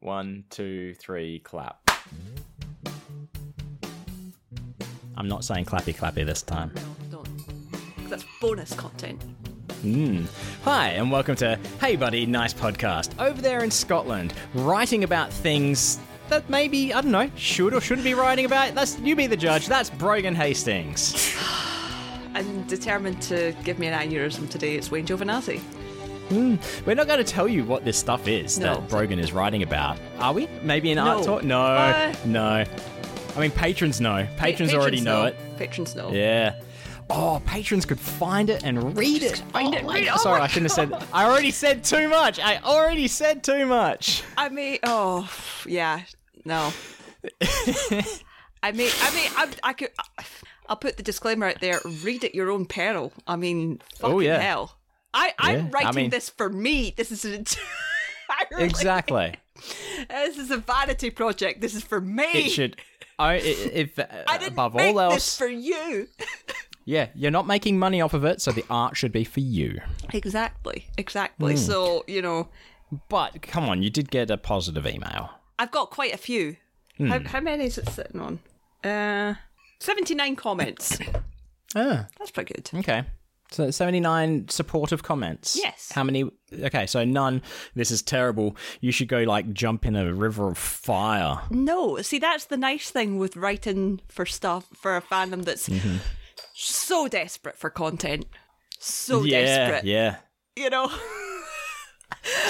One, two, three, clap. I'm not saying clappy clappy this time. No, don't. 'Cause That's bonus content. Mm. Hi, and welcome to Hey Buddy, Nice Podcast. Over there in Scotland, writing about things that maybe, I don't know, should or shouldn't be writing about. That's You be the judge. That's Brogan Hastings. I'm determined to give me an aneurysm today. It's Wayne Giovinazzi. We're not going to tell you what this stuff is No. that Brogan is writing about, are we? Maybe an No. art talk? No, Uh, no. I mean, patrons know. Pa- Patrons, already know it. Patrons know. Yeah. Oh, patrons could find it and read it. find Oh it, my read it. God. Oh Sorry, my I shouldn't have said. I already said too much. I already said too much. I may. Oh, yeah. No. I may. I may. I, I could. I'll put the disclaimer out there. Read at your own peril. I mean, fucking Oh, yeah. hell. I, I'm Yeah, I writing mean- this for me. This is an entirely. Exactly. This is a vanity project. This is for me. It should. oh, I, i- if I didn't above make all else, this for you. yeah, you're not making money off of it, so the art should be for you. Exactly, Hmm. exactly. So, you know, But come on, you did get a positive email. I've got quite a few. Hmm. How, how many is it sitting on? Uh, 79 comments. Ah, That's pretty good. okay. So 79 supportive comments. Yes. How many? Okay, so none. This is terrible. You should go like jump in a river of fire. No, see, that's the nice thing with writing for stuff for a fandom that's Mm-hmm. so desperate for content. So yeah, desperate. yeah. You know?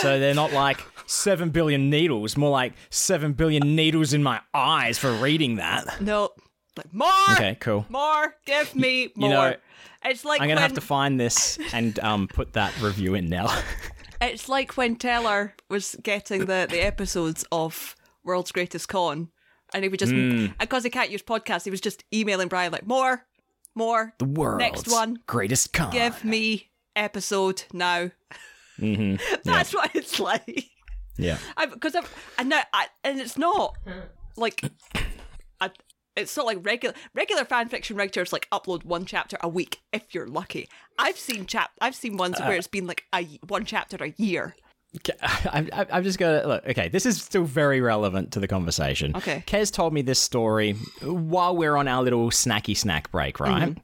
So they're not like seven billion needles, more like seven billion needles in my eyes for reading that. No. Like, more! Okay, cool. More! Give me more! know, it's like I'm gonna when, have to find this and um, put that review in now. It's like when Teller was getting the, the episodes of World's Greatest Con, and he would just, because he can't use podcasts, he was just emailing Brian, like, more, more, The world's Next one. greatest con. give me episode now. That's what it's like. Yeah, Because I've, and now, I, and it's not like, I, it's not like regular regular fan fiction writers like upload one chapter a week if you're lucky. I've seen chap, I've seen ones where it's been like a y- one chapter a year. K- I- I- I'm just gonna look. Okay, this is still very relevant to the conversation. Okay. Kez told me this story while we're on our little snacky snack break, right?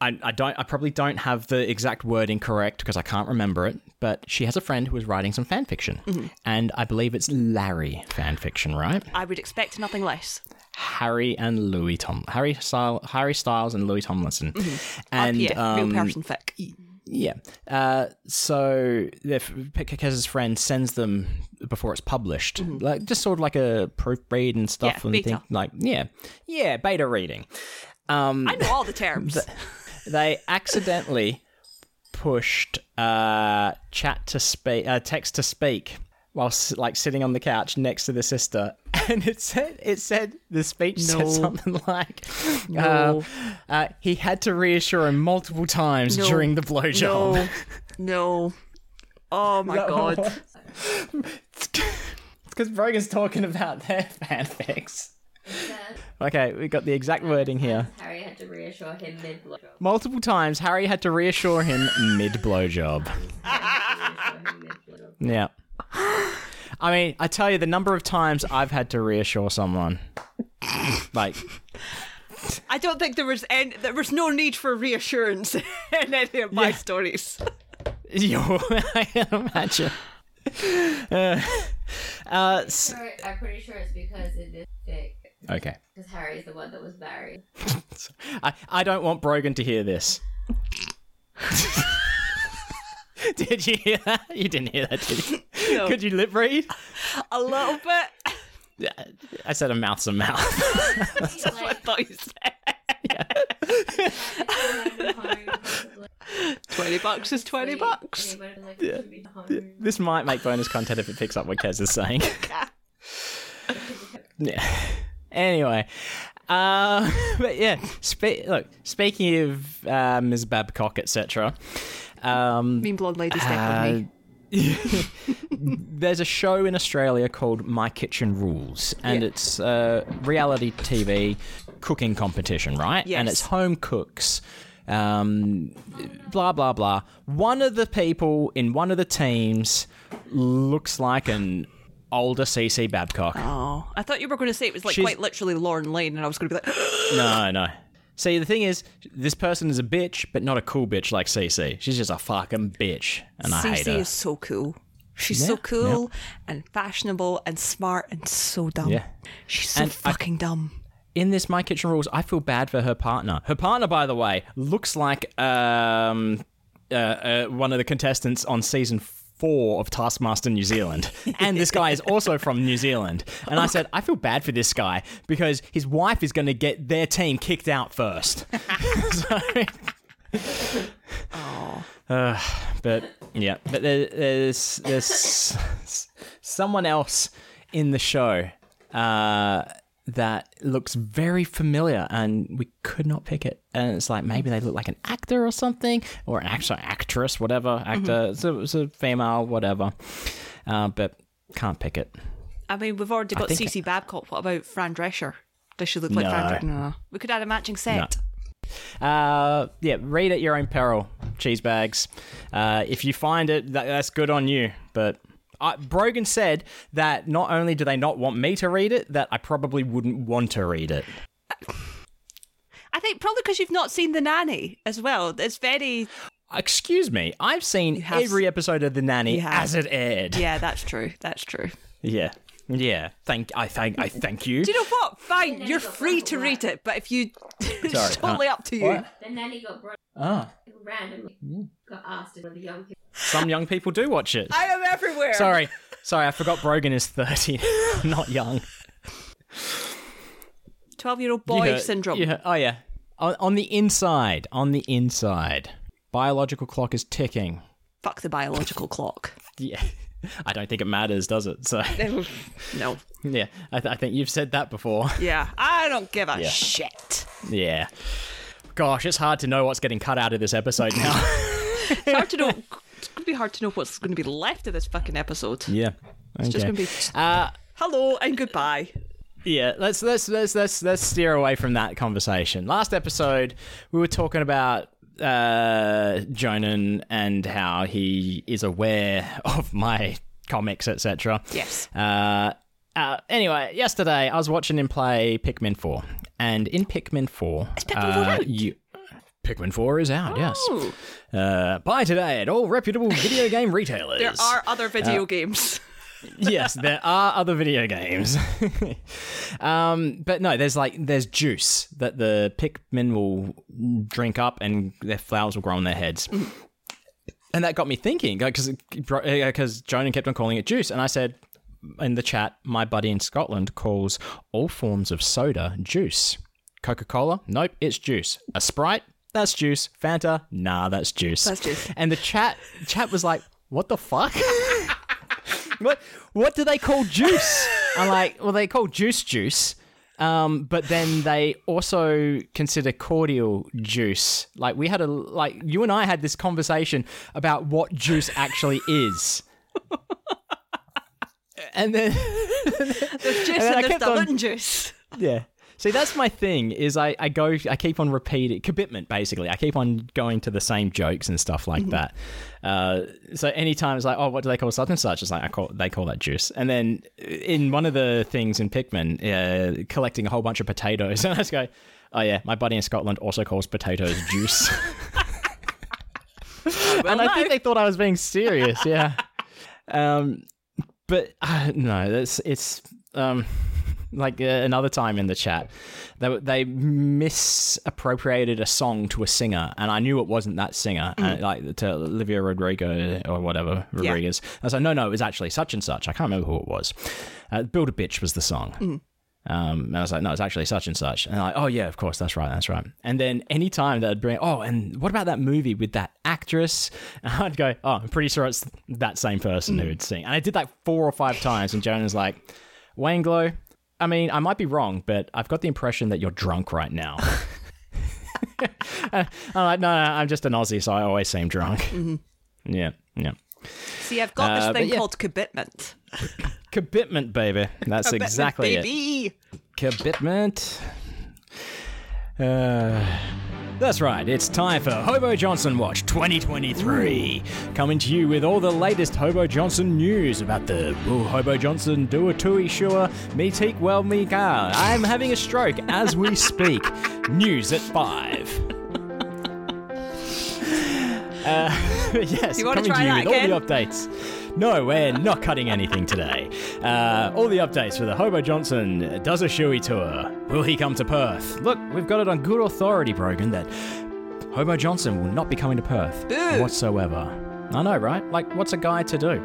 I, I don't. I probably don't have the exact wording correct because I can't remember it. But she has a friend who is writing some fan fiction, and I believe it's Larry fan fiction, right? I would expect nothing less. Harry and Louis Tom, Harry Styles, Harry Styles and Louis Tomlinson, and yeah, um, mm. real person fic. yeah. Uh, so their Kez's friend sends them before it's published, like just sort of like a proofread and stuff, Mm-hmm. Yeah, and beta. think like yeah, yeah, beta reading. I know all the terms. They accidentally pushed uh, chat to speak, uh, text to speak, while s- like sitting on the couch next to the sister, and it said it said the speech No. said something like. No. Uh, uh, he had to reassure him multiple times No. during the blowjob. no, no. Oh my god. because Brogan's talking about their fanfics. Okay, we got the exact wording here. Harry had to reassure him mid blow job. Multiple times, Harry had to reassure him mid blowjob. Yeah. I mean, I tell you, the number of times I've had to reassure someone, like, I don't think there was any, there was no need for reassurance in any of my Yeah. stories. you, I can imagine. Uh, uh, s- Sure, I'm pretty sure it's because in this fic, okay. because Harry's the one that was married. I, I don't want Brogan to hear this. did you hear that? You didn't hear that, did you? No. Could you lip read? A little bit. Yeah, I said a mouth to mouth. He's I like, thought you said "Oh, "I'm hungry, I'm twenty bucks is twenty hungry." bucks. Anybody was like, "You should be hungry." This might make bonus content if it picks up what Kez is saying. yeah. Anyway, uh, but yeah, spe- look. Speaking of uh, Ms. Babcock, etc. Um, Mm. Mean blonde lady step Uh, on me. there's a show in Australia called My Kitchen Rules, and Yeah. it's a reality TV cooking competition, right? And Yes. it's home cooks, um, blah, blah, blah. One of the people in one of the teams looks like an older CC Babcock. Oh, I thought you were going to say it was like Uh, She's- quite literally Lauren Lane, and I was going to be like, No, no. See, the thing is, this person is a bitch, but not a cool bitch like CC. She's just a fucking bitch, and I hate Cece her. is so cool. She's Yeah, so cool and fashionable and smart and so dumb. Yeah. She's so And I- fucking dumb. In this My Kitchen Rules, I feel bad for her partner. Her partner, by the way, looks like um, uh, uh, one of the contestants on season four of Taskmaster New Zealand. and this guy is also from New Zealand. And I said, I feel bad for this guy because his wife is going to get their team kicked out first. so, Uh, but yeah, but there, there's there's someone else in the show uh, that looks very familiar, and we could not pick it. And it's like maybe they look like an actor or something, or an actor, actress, whatever, actor. It's, a, it's a female, whatever. Uh, but can't pick it. I mean, we've already got think- Cece Babcock. What about Fran Drescher? Does she look like No. Fran Drescher? No. We could add a matching set. Uh, yeah, read at your own peril, cheese bags. Uh, if you find it, that, that's good on you. But I, Brogan said that not only do they not want me to read it, that I probably wouldn't want to read it. I think probably because you've not seen The Nanny as well. It's very. Excuse me, I've seen have- every episode of The Nanny You have. as it aired. Yeah, Yeah, that's true. That's true. yeah, Thank I thank I thank you. Do you know what? Fine, Nanny you're got free brought to up. read it, but if you. Sorry, it's huh? totally up to you. What? The nanny got brought Ah, randomly Mm. got asked if one of the young people some young people do watch it. I am everywhere. Sorry, sorry, I forgot Brogan is thirty, not young. 12 year old boy You heard- syndrome. you heard- oh yeah, on, on the inside, on the inside, biological clock is ticking. Fuck the biological clock. Yeah, I don't think it matters, does it? So no. yeah, I, th- I think you've said that before. Yeah, I don't give a Yeah. shit. Yeah. Gosh, it's hard to know what's getting cut out of this episode now. It's hard to know. It's gonna be hard to know what's gonna be left of this fucking episode. yeah. It's just okay. gonna be Uh, hello and goodbye. Yeah, let's let's let's let's let's steer away from that conversation. Last episode, we were talking about uh, Jonan and how he is aware of my comics, etc. Yes. Uh, uh, anyway, yesterday I was watching him play Pikmin Four, and in Pikmin Four, is Pikmin 4 out? You, Pikmin Four is out. Yes. Oh, Uh, buy today at all reputable video game retailers. there are Uh, other video games. yes, there are other video games. um, but no, there's like there's juice that the Pikmin will drink up, and their flowers will grow on their heads. And that got me thinking because because Jonan kept on calling it juice, and I said in the chat, my buddy in Scotland calls all forms of soda juice. Coca Cola, nope, it's juice. A Sprite, that's juice. Fanta, nah, that's juice. That's juice. And the chat chat was like, what the fuck? what what do they call juice? I'm like, well, they call juice juice. Um, but then they also consider cordial juice. Like we had a like you and I had this conversation about what juice actually is. and then There's juice And then and, I there's kept on- diluting juice. yeah. See, that's my thing. Is I, I go I keep on repeating commitment basically. I keep on going to the same jokes and stuff like that. Uh, so anytime it's like, oh, what do they call such and such? It's like I call they call that juice. And then in one of the things in Pikmin, uh, collecting a whole bunch of potatoes, and I just go, oh yeah, my buddy in Scotland also calls potatoes juice. and I think they thought I was being serious. Yeah. um, but uh, no, that's it's um, like uh, another time in the chat, they they misappropriated a song to a singer, and I knew it wasn't that singer, and, like to Olivia Rodrigo or whatever Yeah. Rodriguez. I was like, no, no, it was actually such and such. I can't remember who it was. Uh, Build a bitch was the song. Um, and I was like, no, it's actually such and such. And they're like, oh yeah, of course, that's right, that's right. And then any time that I'd bring, oh, and what about that movie with that actress? And I'd go, oh, I'm pretty sure it's that same person who would sing. And I did that four or five times. And Jonah's like, Wayne Glow, I mean, I might be wrong, but I've got the impression that you're drunk right now. I'm like, no, no, I'm just an Aussie, so I always seem drunk. Yeah, yeah. See, I've got Uh, this but thing yeah. called commitment. Commitment, baby. That's Commitment, exactly it. baby. Commitment. Uh, That's right, it's time for Hobo Johnson Watch 2023. Coming to you with all the latest Hobo Johnson news about the Will Hobo Johnson do a tui sure, me teak well me gar. I'm having a stroke as we speak. news at 5. Uh, yes, You wanna coming to try you that with again? all the updates. No, we're not cutting anything today. Uh, all the updates for the Hobo Johnson does a shoey tour. Will he come to Perth? Look, we've got it on good authority, Brogan, that Hobo Johnson will not be coming to Perth Boo. whatsoever. I know, right? Like, what's a guy to do?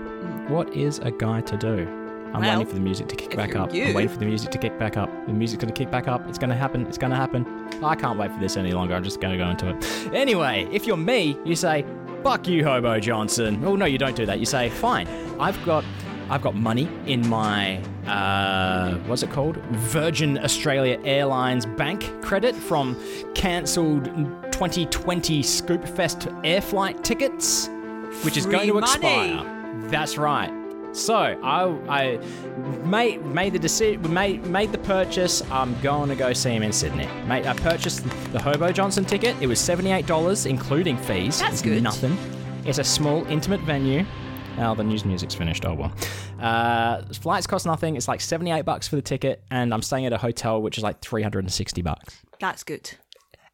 What is a guy to do? I'm Well, waiting for the music to kick if back you're up. you- I'm waiting for the music to kick back up. The music's going to kick back up. It's going to happen. It's going to happen. I can't wait for this any longer. I'm just going to go into it. Anyway, if you're me, you say, "Fuck you, Hobo Johnson." Oh no, you don't do that. You say, "Fine, I've got, I've got money in my, uh, what's it called? Virgin Australia Airlines bank credit from cancelled 2020 Scoopfest air flight tickets, which is Free going to money. expire." That's right. So I, I made made the decision, made made the purchase. I'm going to go see him in Sydney. Mate, I purchased the Hobo Johnson ticket. It was seventy eight dollars, including fees. That's good. Nothing. It's a small, intimate venue. Oh, the news music's finished. Oh well. Uh, flights cost nothing. It's like seventy eight bucks for the ticket, and I'm staying at a hotel which is like three hundred and sixty bucks That's good.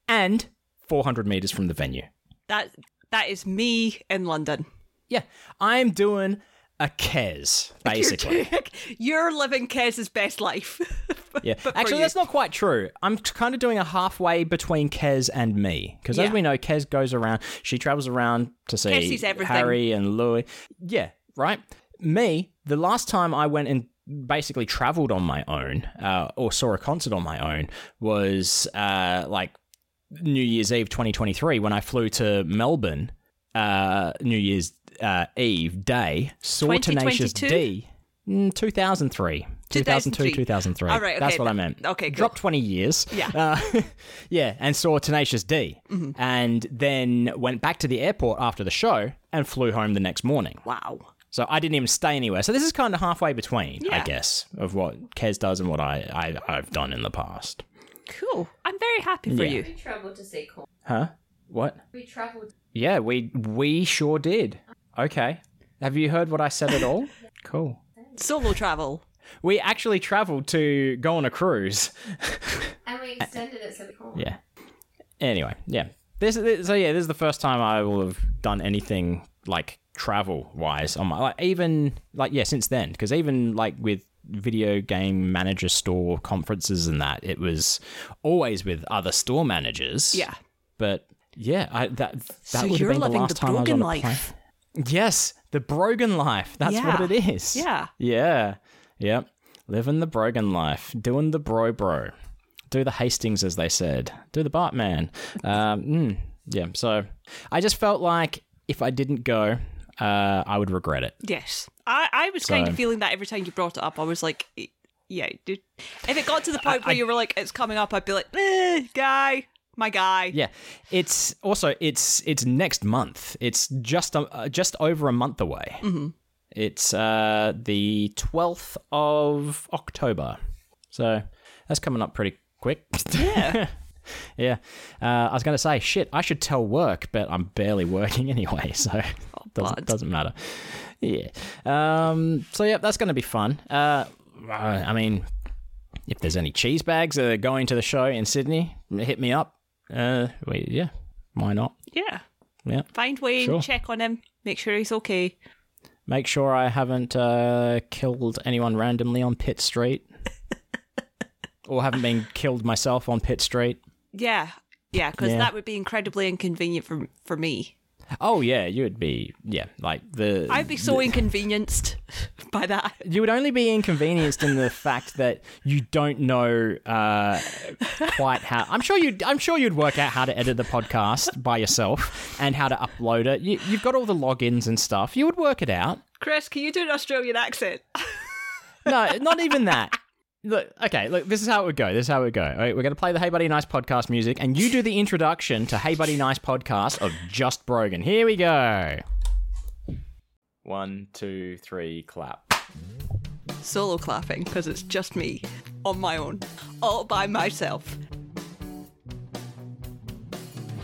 and four hundred meters from the venue. That that is me in London. Yeah, I'm doing a Kez basically. You're living Kez's best life. Yeah. But for Actually, you. that's not quite true. I'm kind of doing a halfway between Kez and me. Because as Yeah. we know, Kez goes around, she travels around to Kez see sees everything. Harry and Louis. Yeah, right? Me, the last time I went and basically traveled on my own uh, or saw a concert on my own was uh, like New Year's Eve 2023 when I flew to Melbourne, uh, New Year's uh, Eve day, saw Tenacious 2022? D. Mm, 2003. 2002, 2003. All right, okay, That's what I th- meant. okay, cool. Drop 20 years. Yeah. Mm-hmm. Uh, yeah, and saw Tenacious D. And then went back to the airport after the show and flew home the next morning. Wow. So I didn't even stay anywhere. So this is kind of halfway between, I Yeah. guess, of what Kez does and what I, I, I've done in the past. Cool. I'm very happy for Yeah. you. We travelled to see corn. Huh? What? We travelled. Yeah, we we sure did. Okay. Have you heard what I said at all? cool. Solo travel. We actually traveled to go on a cruise. And we extended it so we corn. Yeah. Anyway, yeah. This is so yeah. This is the first time I will have done anything like travel wise on my like even like yeah since then because even like with video game manager store conferences and that it was always with other store managers. Yeah. But yeah, I that that So would have you're been the living last the time I was Brogan on a life. plane. Yes, the Brogan life. That's Yeah. what it is. Yeah. Yeah. Yep. Living the Brogan life, doing the bro bro, do the Hastings as they said, do the Bartman. Um, mm, yeah. So I just felt like if I didn't go, uh, I would regret it. Yes. I, I was kind So- of feeling that every time you brought it up. I was like, y- yeah, dude. If it got to the point where you were like, it's coming up, I'd be like, eh, guy, my guy. Yeah. It's also it's it's next month. It's just um, uh, just over a month away. It's uh, the twelfth of October. So that's coming up pretty quick. Yeah. yeah. Uh, I was going to say, shit, I should tell work, but I'm barely working anyway, so doesn't, bud. doesn't matter. Yeah. Um, so, yeah, that's going to be fun. Uh, I mean, if there's any cheese bags that are going to the show in Sydney, hit me up. Uh, wait, yeah, why not? Yeah. Yeah. Find Wayne, Sure. check on him, make sure he's okay. Make sure I haven't uh, killed anyone randomly on Pitt Street. or haven't been killed myself on Pitt Street. Yeah. Yeah, because Yeah. that would be incredibly inconvenient for for me. Oh yeah, you would be yeah, like the I'd be so inconvenienced by that. you would only be inconvenienced in the fact that you don't know uh, quite how. I'm sure you. I'm sure you'd work out how to edit the podcast by yourself and how to upload it. You, you've got all the logins and stuff. You would work it out. Chris, can you do an Australian accent? no, not even that. Look, okay, look, this is how it would go. This is how it would go. All right, we're going to play the Hey Buddy Nice podcast music, and you do the introduction to Hey Buddy Nice podcast of Just Brogan. Here we go. One, two, three, clap. Solo clapping, because it's just me on my own, all by myself.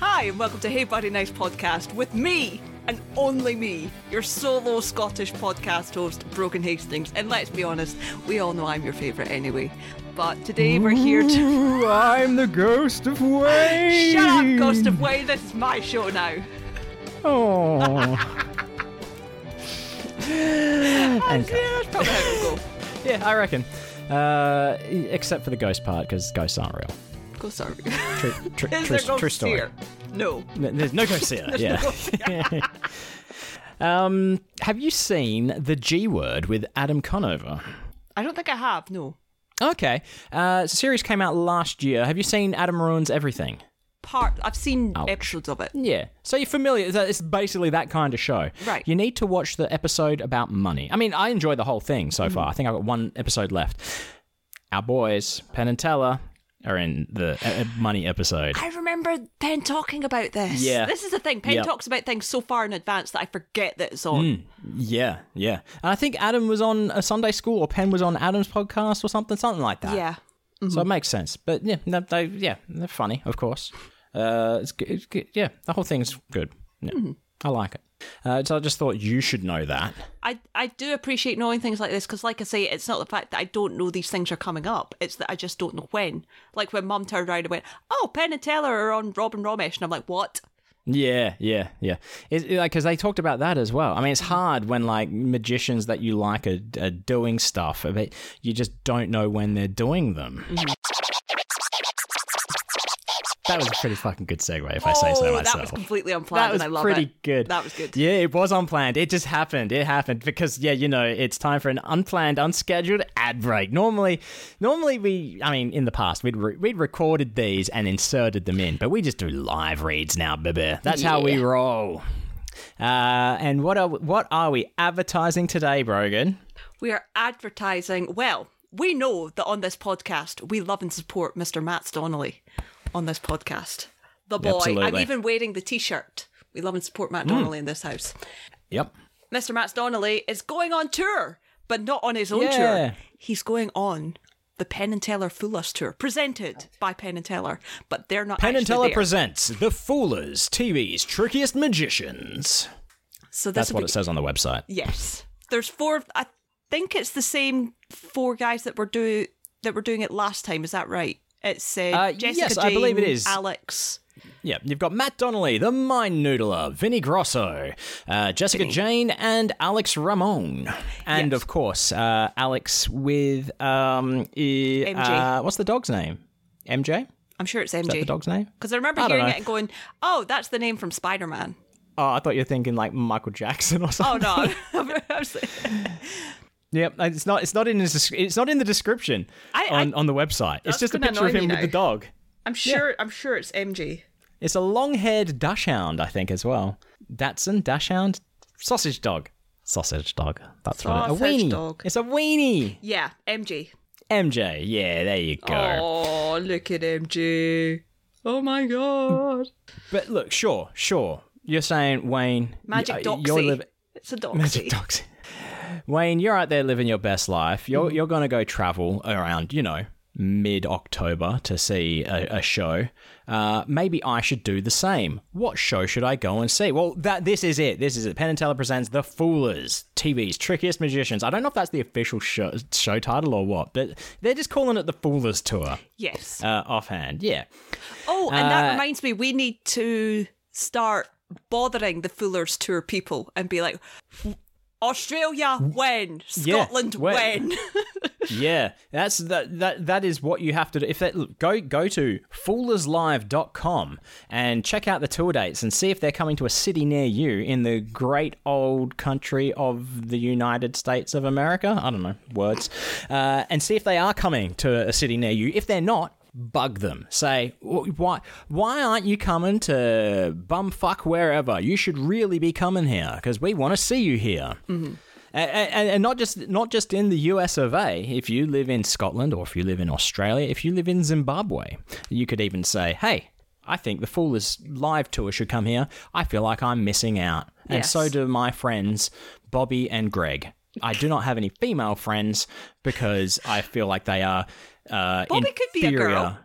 Hi, and welcome to Hey Buddy Nice podcast with me and only me, your solo Scottish podcast host, Broken Hastings. And let's be honest, we all know I'm your favourite anyway. But today we're here to. Ooh, I'm the ghost of Wayne. Shut up, Ghost of Wayne, this is my show now. Oh. and Oh, Yeah, that's probably how it'll go. Yeah, I reckon. Uh, except for the ghost part, because ghosts aren't real. Go sorry. True, tr- true, Is there ghosts true story. here? No. N- There's no ghosts here. yeah. um, have you seen the G Word with Adam Conover? I don't think I have, no. Okay. Uh, it's a series came out last year. Have you seen Adam ruins everything? Part I've seen episodes of it. Yeah. So you're familiar. it's- It's basically that kind of show. Right. You need to watch the episode about money. I mean, I enjoyed the whole thing Mm-hmm. so far. I think I've got one episode left. Our boys, Penn and Teller, are in the uh, uh, money episode. I remember Penn talking about this. Yeah. Mm. This is the thing. Penn Yep. talks about things so far in advance that I forget that it's on. Yeah, yeah. And I think Adam was on a Sunday school, or Penn was on Adam's podcast, or something, something like that. Yeah. Mm-hmm. So it makes sense. But yeah, no, they, yeah, they're funny, of course. Uh, it's good, it's good. Yeah, the whole thing's good. Yeah, Mm-hmm. I like it. Uh, so I just thought you should know that. I, I do appreciate knowing things like this because, like I say, it's not the fact that I don't know these things are coming up. It's that I just don't know when. Like when Mum turned around and went, "Oh, Penn and Teller are on Robin Romesh," and I'm like, "What?" Yeah, yeah, yeah. It's like because they talked about that as well. I mean, Mm-hmm. it's hard when like magicians that you like are, are doing stuff, but you just don't know when they're doing them. Mm-hmm. That was a pretty fucking good segue, if I say so oh, myself. that was completely unplanned, and I love pretty it. good. That was good. Yeah, it was unplanned. It just happened. It happened because yeah, you know, it's time for an unplanned, unscheduled ad break. Normally, normally we, I mean, in the past we'd re- we'd recorded these and inserted them in, but we just do live reads now, baby. That's how we roll. Uh, and what are what are we advertising today, Brogan? We are advertising. Well, we know that on this podcast, we love and support Mr. Matt Donnelly. On this podcast, the boy. I'm Absolutely. even wearing the T-shirt. We love and support Hmm. Matt Donnelly in this house. Yep. Mr. Matt Donnelly is going on tour, but not on his own Yeah. tour. He's going on the Penn and Teller Fool Us tour, presented by Penn and Teller, but they're not. Penn and actually Teller there. presents The Foolers, TV's Trickiest Magicians. So this That's will what be- it says on the website. Yes, there's four. I think it's the same four guys that were do that were doing it last time. Is that right? It's uh, Uh, Jessica yes, I believe it Jane, is. Alex. Yep, you've got Matt Donnelly, the Mind Noodler, Vinnie Grosso, uh, Jessica Jane, and Alex Ramon. And Yes. of course, uh, Alex with. Um, MJ. MJ. Uh, what's the dog's name? MJ? Is I'm sure it's that the MJ dog's name? because I remember I don't hearing know. it and going, "Oh, that's the name from Spider Man." Oh, I thought you were thinking like Michael Jackson or Oh something. no, I was like- Yep, it's not. It's not in. His, desc- it's not in the description I- I- on, on the website. It's That's just a gonna picture of annoy him me with the now. dog. I'm sure. I'm sure it's MJ. It's a long-haired dashhound, I think, as well. Datsun dashhound, sausage dog, sausage dog. That's right. A Sausage weenie. dog. It's a weenie. Yeah, MJ. MJ, yeah, there you go. Oh, look at MJ. Oh my god. uh, But look, sure, sure. You're saying Wayne, Magic y- uh, Doxy. You're liv- it's a doxy. Magic Doxy. Wayne, you're out there living your best life. You're you're gonna go travel around, you know, mid October to see a, a show. Uh, maybe I should do the same. What show should I go and see? Well, that this is it. This is it. Penn and Teller presents The Foolers, TV's trickiest magicians. I don't know if that's the official show, show title or what, but they're just calling it The Foolers Tour yes. uh, offhand. Yeah. Oh, and that Uh, reminds me, we need to start bothering the Fuller's Tour people and be like, Australia, when? Scotland, when? when? Yeah, that's that that that is what you have to do. If that look, go go to foolerslive.com and check out the tour dates and see if they're coming to a city near you in the great old country of the United States of America. I don't know words, uh, and see if they are coming to a city near you. If they're not. Bug them. Say "Wh- why? Why aren't you coming to bumfuck wherever? You should really be coming here because we want to see you here and, and, and not just not just in the US of A. If you live in Scotland or if you live in Australia, if you live in Zimbabwe, you could even say, "Hey, I think the Foolers live tour should come here. I feel like I'm missing out, and Yes. so do my friends Bobby and Greg. I do not have any female friends because I feel like they are uh, Bobby could be a inferior. girl.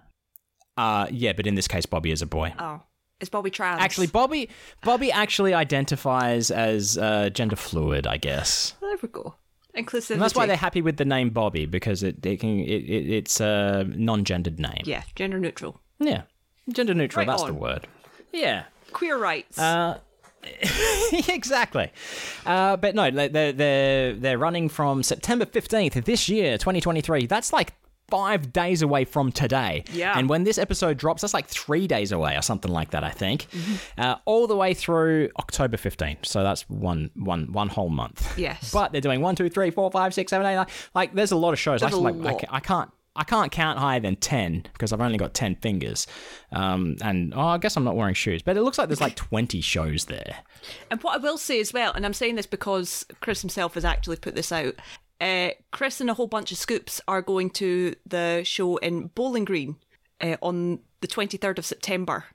Uh, yeah, but in this case, Bobby is a boy. Oh. Is Bobby trans? Actually, Bobby Bobby actually identifies as uh, gender fluid, I guess. there we go. Inclusivity. And that's why they're happy with the name Bobby because it, it can it, it, it's a non-gendered name. yeah, gender neutral, Yeah. Gender neutral, Right that's on. the word. Yeah. queer rights. Uh, exactly. Uh, but no, like, they're, they're, they're running from September 15th of this year, 2023. That's like five days away from today. Yeah. And when this episode drops, that's like three days away or something like that, I think. Mm-hmm. Uh, all the way through October 15th. So that's one, one, one whole month. Yes. But they're doing one, two, three, four, five, six, seven, eight, nine. Like, there's a lot of shows. There's I, a like, I lot. ca- I can't. I can't count higher than 10 because I've only got 10 fingers. Um, and oh, I guess I'm not wearing shoes, but it looks like there's like 20 shows there. And what I will say as well, and I'm saying this because Chris himself has actually put this out. Uh, Chris and a whole bunch of scoops are going to the show in Bowling Green uh, on the 23rd of September.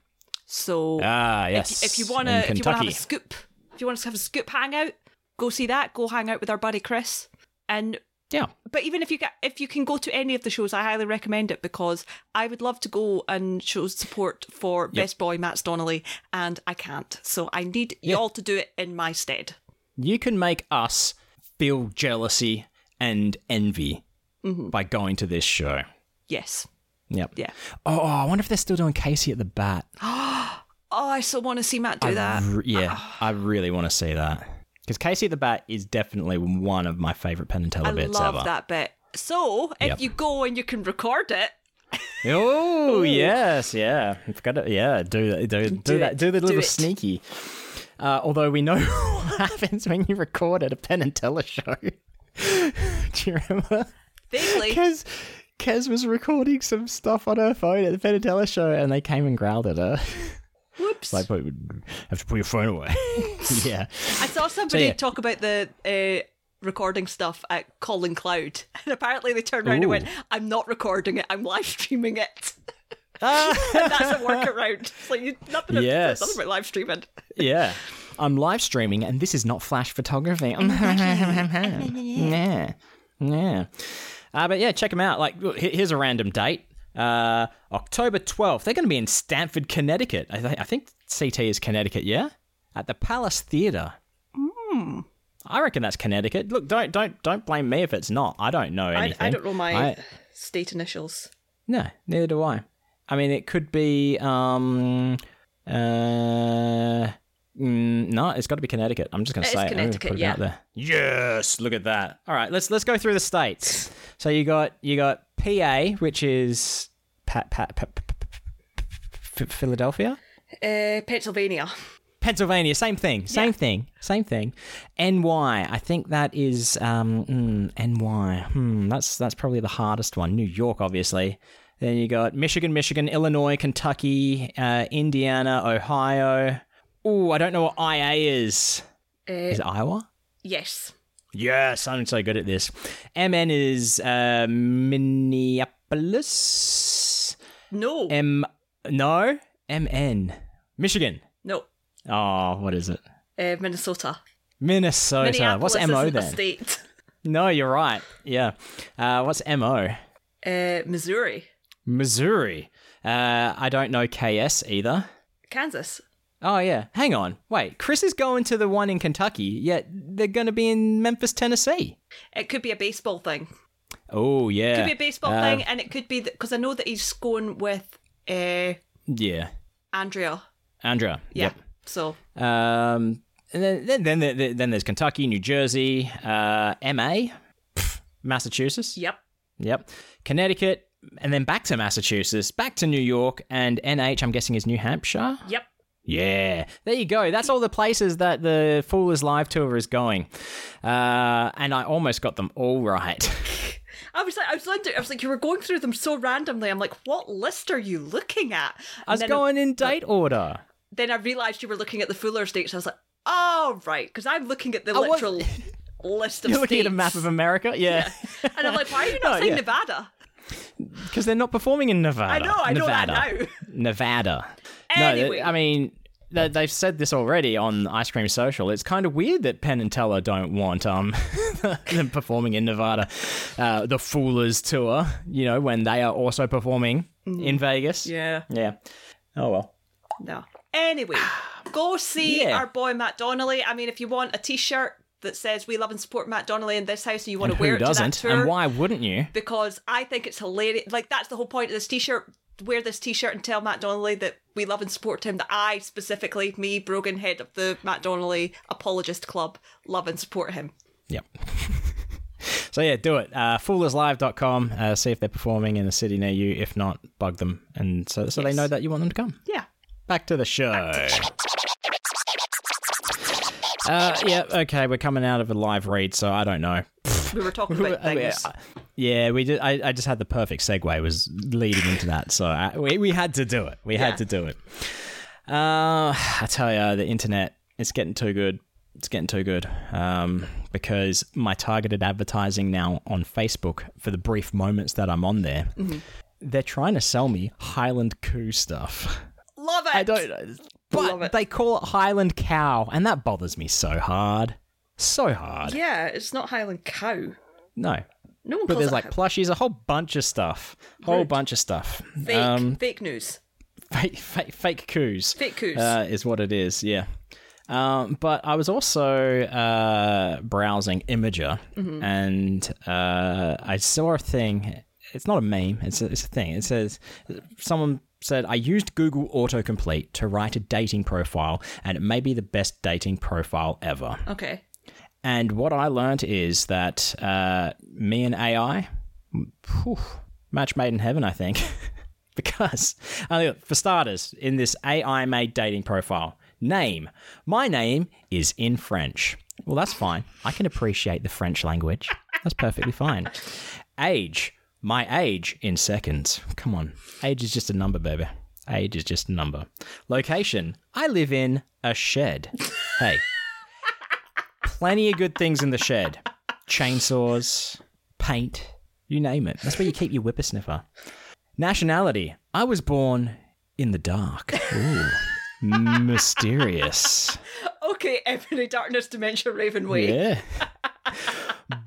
So Ah, if, yes. if you want to, in if you want to have Kentucky. a scoop, if you want to have a scoop hangout, go see that. Go hang out with our buddy Chris. And yeah, but even if you get, if you can go to any of the shows, I highly recommend it because I would love to go and show support for Best Boy Matt Donnelly, and I can't. So I need you all to do it in my stead. you can make us feel jealousy and envy by going to this show. Yes. Yep. Yeah. Oh, I wonder if they're still doing Casey at the Bat. Oh, I so want to see Matt do that. Ah. R- yeah, I really want to see that because Casey at the Bat is definitely one of my favorite Penn and Teller I bits love ever. that bit. So if Yep. you go and you can record it, Oh yes, yeah. I Forgot it. Yeah, do that. Do, do, Do that. it, Do the do little it. sneaky. Uh, although we know what happens when you record at a Penn and Teller show. do you remember? vaguely. Kez, Kez was recording some stuff on her phone at the Penatella show, and they came and growled at her. Whoops. like, "But have to put your phone away. yeah. I saw somebody yeah. talk about the uh, recording stuff at Colin Cloud, and apparently they turned around Ooh. and went, "I'm not recording it. I'm live streaming it." and that's a workaround. It's like you, nothing, Ah. Yes. nothing about live streaming. Yeah. I'm live streaming, and this is not flash photography. yeah. Yeah. Uh, but yeah, check them out. Like, look, he- here's a random date. Uh, October 12th. They're going to be in Stamford, Connecticut. I, th- I think CT is Connecticut, yeah? At the Palace Theatre. Hmm. I reckon that's Connecticut. Look, don't don't don't blame me if it's not. I don't know I, anything. I don't know my I- state initials. no, neither do I. I mean, it could be. Um, uh, mm, no, it's got to be Connecticut. I'm just going to It say is it. I'm gonna Connecticut, put it yeah. out there. Yes, look at that. All right, let's let's go through the states. So you got you got PA, which is Pat Pat. Pa, pa, pa, Pa- P- Philadelphia, Uh, Pennsylvania. Pennsylvania, same thing, same thing, same thing. NY, I think that is um, mm, NY. Hmm, that's that's probably the hardest one. New York, obviously. Then you got Michigan, Michigan, Illinois, Kentucky, uh, Indiana, Ohio. Ooh, I don't know what IA is. Uh, Is it Iowa? yes. Yes, I'm so good at this. MN is uh, Minneapolis. No. M no MN Michigan. no. Oh, what is it? Uh, Minnesota. Minnesota. What's Minneapolis MO isn't a then? state. No, you're right. Yeah. Uh, what's MO? Uh, Missouri. Missouri. Uh, I don't know KS either. Kansas. Oh, yeah. Hang on. Wait. Chris is going to the one in Kentucky, yet they're going to be in Memphis, Tennessee. It could be a baseball thing. Oh, yeah. It could be a baseball Uh, thing, and it could be because I know that he's going with uh, Yeah. Andrea. Andrea. Yeah. So Yep. Um, and then, then, then, then, then there's Kentucky, New Jersey, uh, MA, Pff, Massachusetts. yep. Yep. Connecticut, and then back to Massachusetts, back to New York, and NH, I'm guessing, is New Hampshire. Yep. Yeah, there you go. That's all the places that the Fool is Live tour is going, uh, and I almost got them all right. I was like, I was wondering, I was like, you were going through them so randomly. I'm like, what list are you looking at? And I was then, going in date order. Then I realized you were looking at the Fuller's dates. I was like, oh right, because I'm looking at the I was- literal list of You're looking at a states. map of America, yeah, and I'm like, why are you not Oh, saying yeah. Nevada? because they're not performing in I Nevada. know, I know Nevada. that now. Nevada. No, Anyway. th- I mean. th- They've said this already on Ice Cream Social. It's kind of weird that Penn and Teller don't want um, them performing in Nevada, uh, the Foolers tour. You know Mm. when they are also performing in Vegas. Yeah. Yeah. Oh well. No. Anyway, go see Yeah. our boy Matt Donnelly. I mean, if you want a T-shirt that says "We love and support Matt Donnelly in this house" and you want and to wear who it doesn't? to that tour, And why wouldn't you? because I think it's hilarious. Like that's the whole point of this T-shirt. Wear this T-shirt and tell Matt Donnelly that we love and support him. That I specifically, me, Brogan, head of the Matt Donnelly Apologist Club, love and support him. Yep. so yeah, do it. Uh, foolerslive.com. Uh, see if they're performing in a city near you. If not, bug them, and so so they know that you want them to come. Yeah. Back to the show. Uh, yeah, okay, we're coming out of a live read, so I don't know. We were talking about I mean, things. I- yeah, we did. I, I just had the perfect segue was leading into that, so I, we we had to do it. We Yeah. had to do it. Uh, I tell you, the internet it's getting too good. It's getting too good um, because my targeted advertising now on Facebook for the brief moments that I'm on there, they're trying to sell me Highland Coo stuff. Love it. I don't know. Love But it. they call it Highland Cow, and that bothers me so hard. So hard. Yeah, it's not Highland Cow. No. No But one calls there's it like Hi- plushies, a whole bunch of stuff. Whole bunch of stuff. fake, Um, fake news, fake, fake, fake coups. fake coups. Uh, is what it is, yeah. Um, but I was also uh, browsing Imager Mm-hmm. and uh, I saw a thing. It's not a meme, it's a, it's a thing. It says, someone said, I used Google Autocomplete to write a dating profile and it may be the best dating profile ever. okay. And what I learned is that uh, me and AI, phew, match made in heaven, I think. because, I think, for starters, in this AI made dating profile, name. My name is in French. Well, that's fine. I can appreciate the French language. That's perfectly fine. Age. My age in seconds. Come on. Age is just a number, baby. Age is just a number. Location. I live in a shed. Hey plenty of good things in the shed chainsaws, paint, you name it. That's where you keep your whippersniffer. Nationality I was born in the dark. Ooh, mysterious. Okay, Ebony Darkness Dementia Raven Way. Yeah.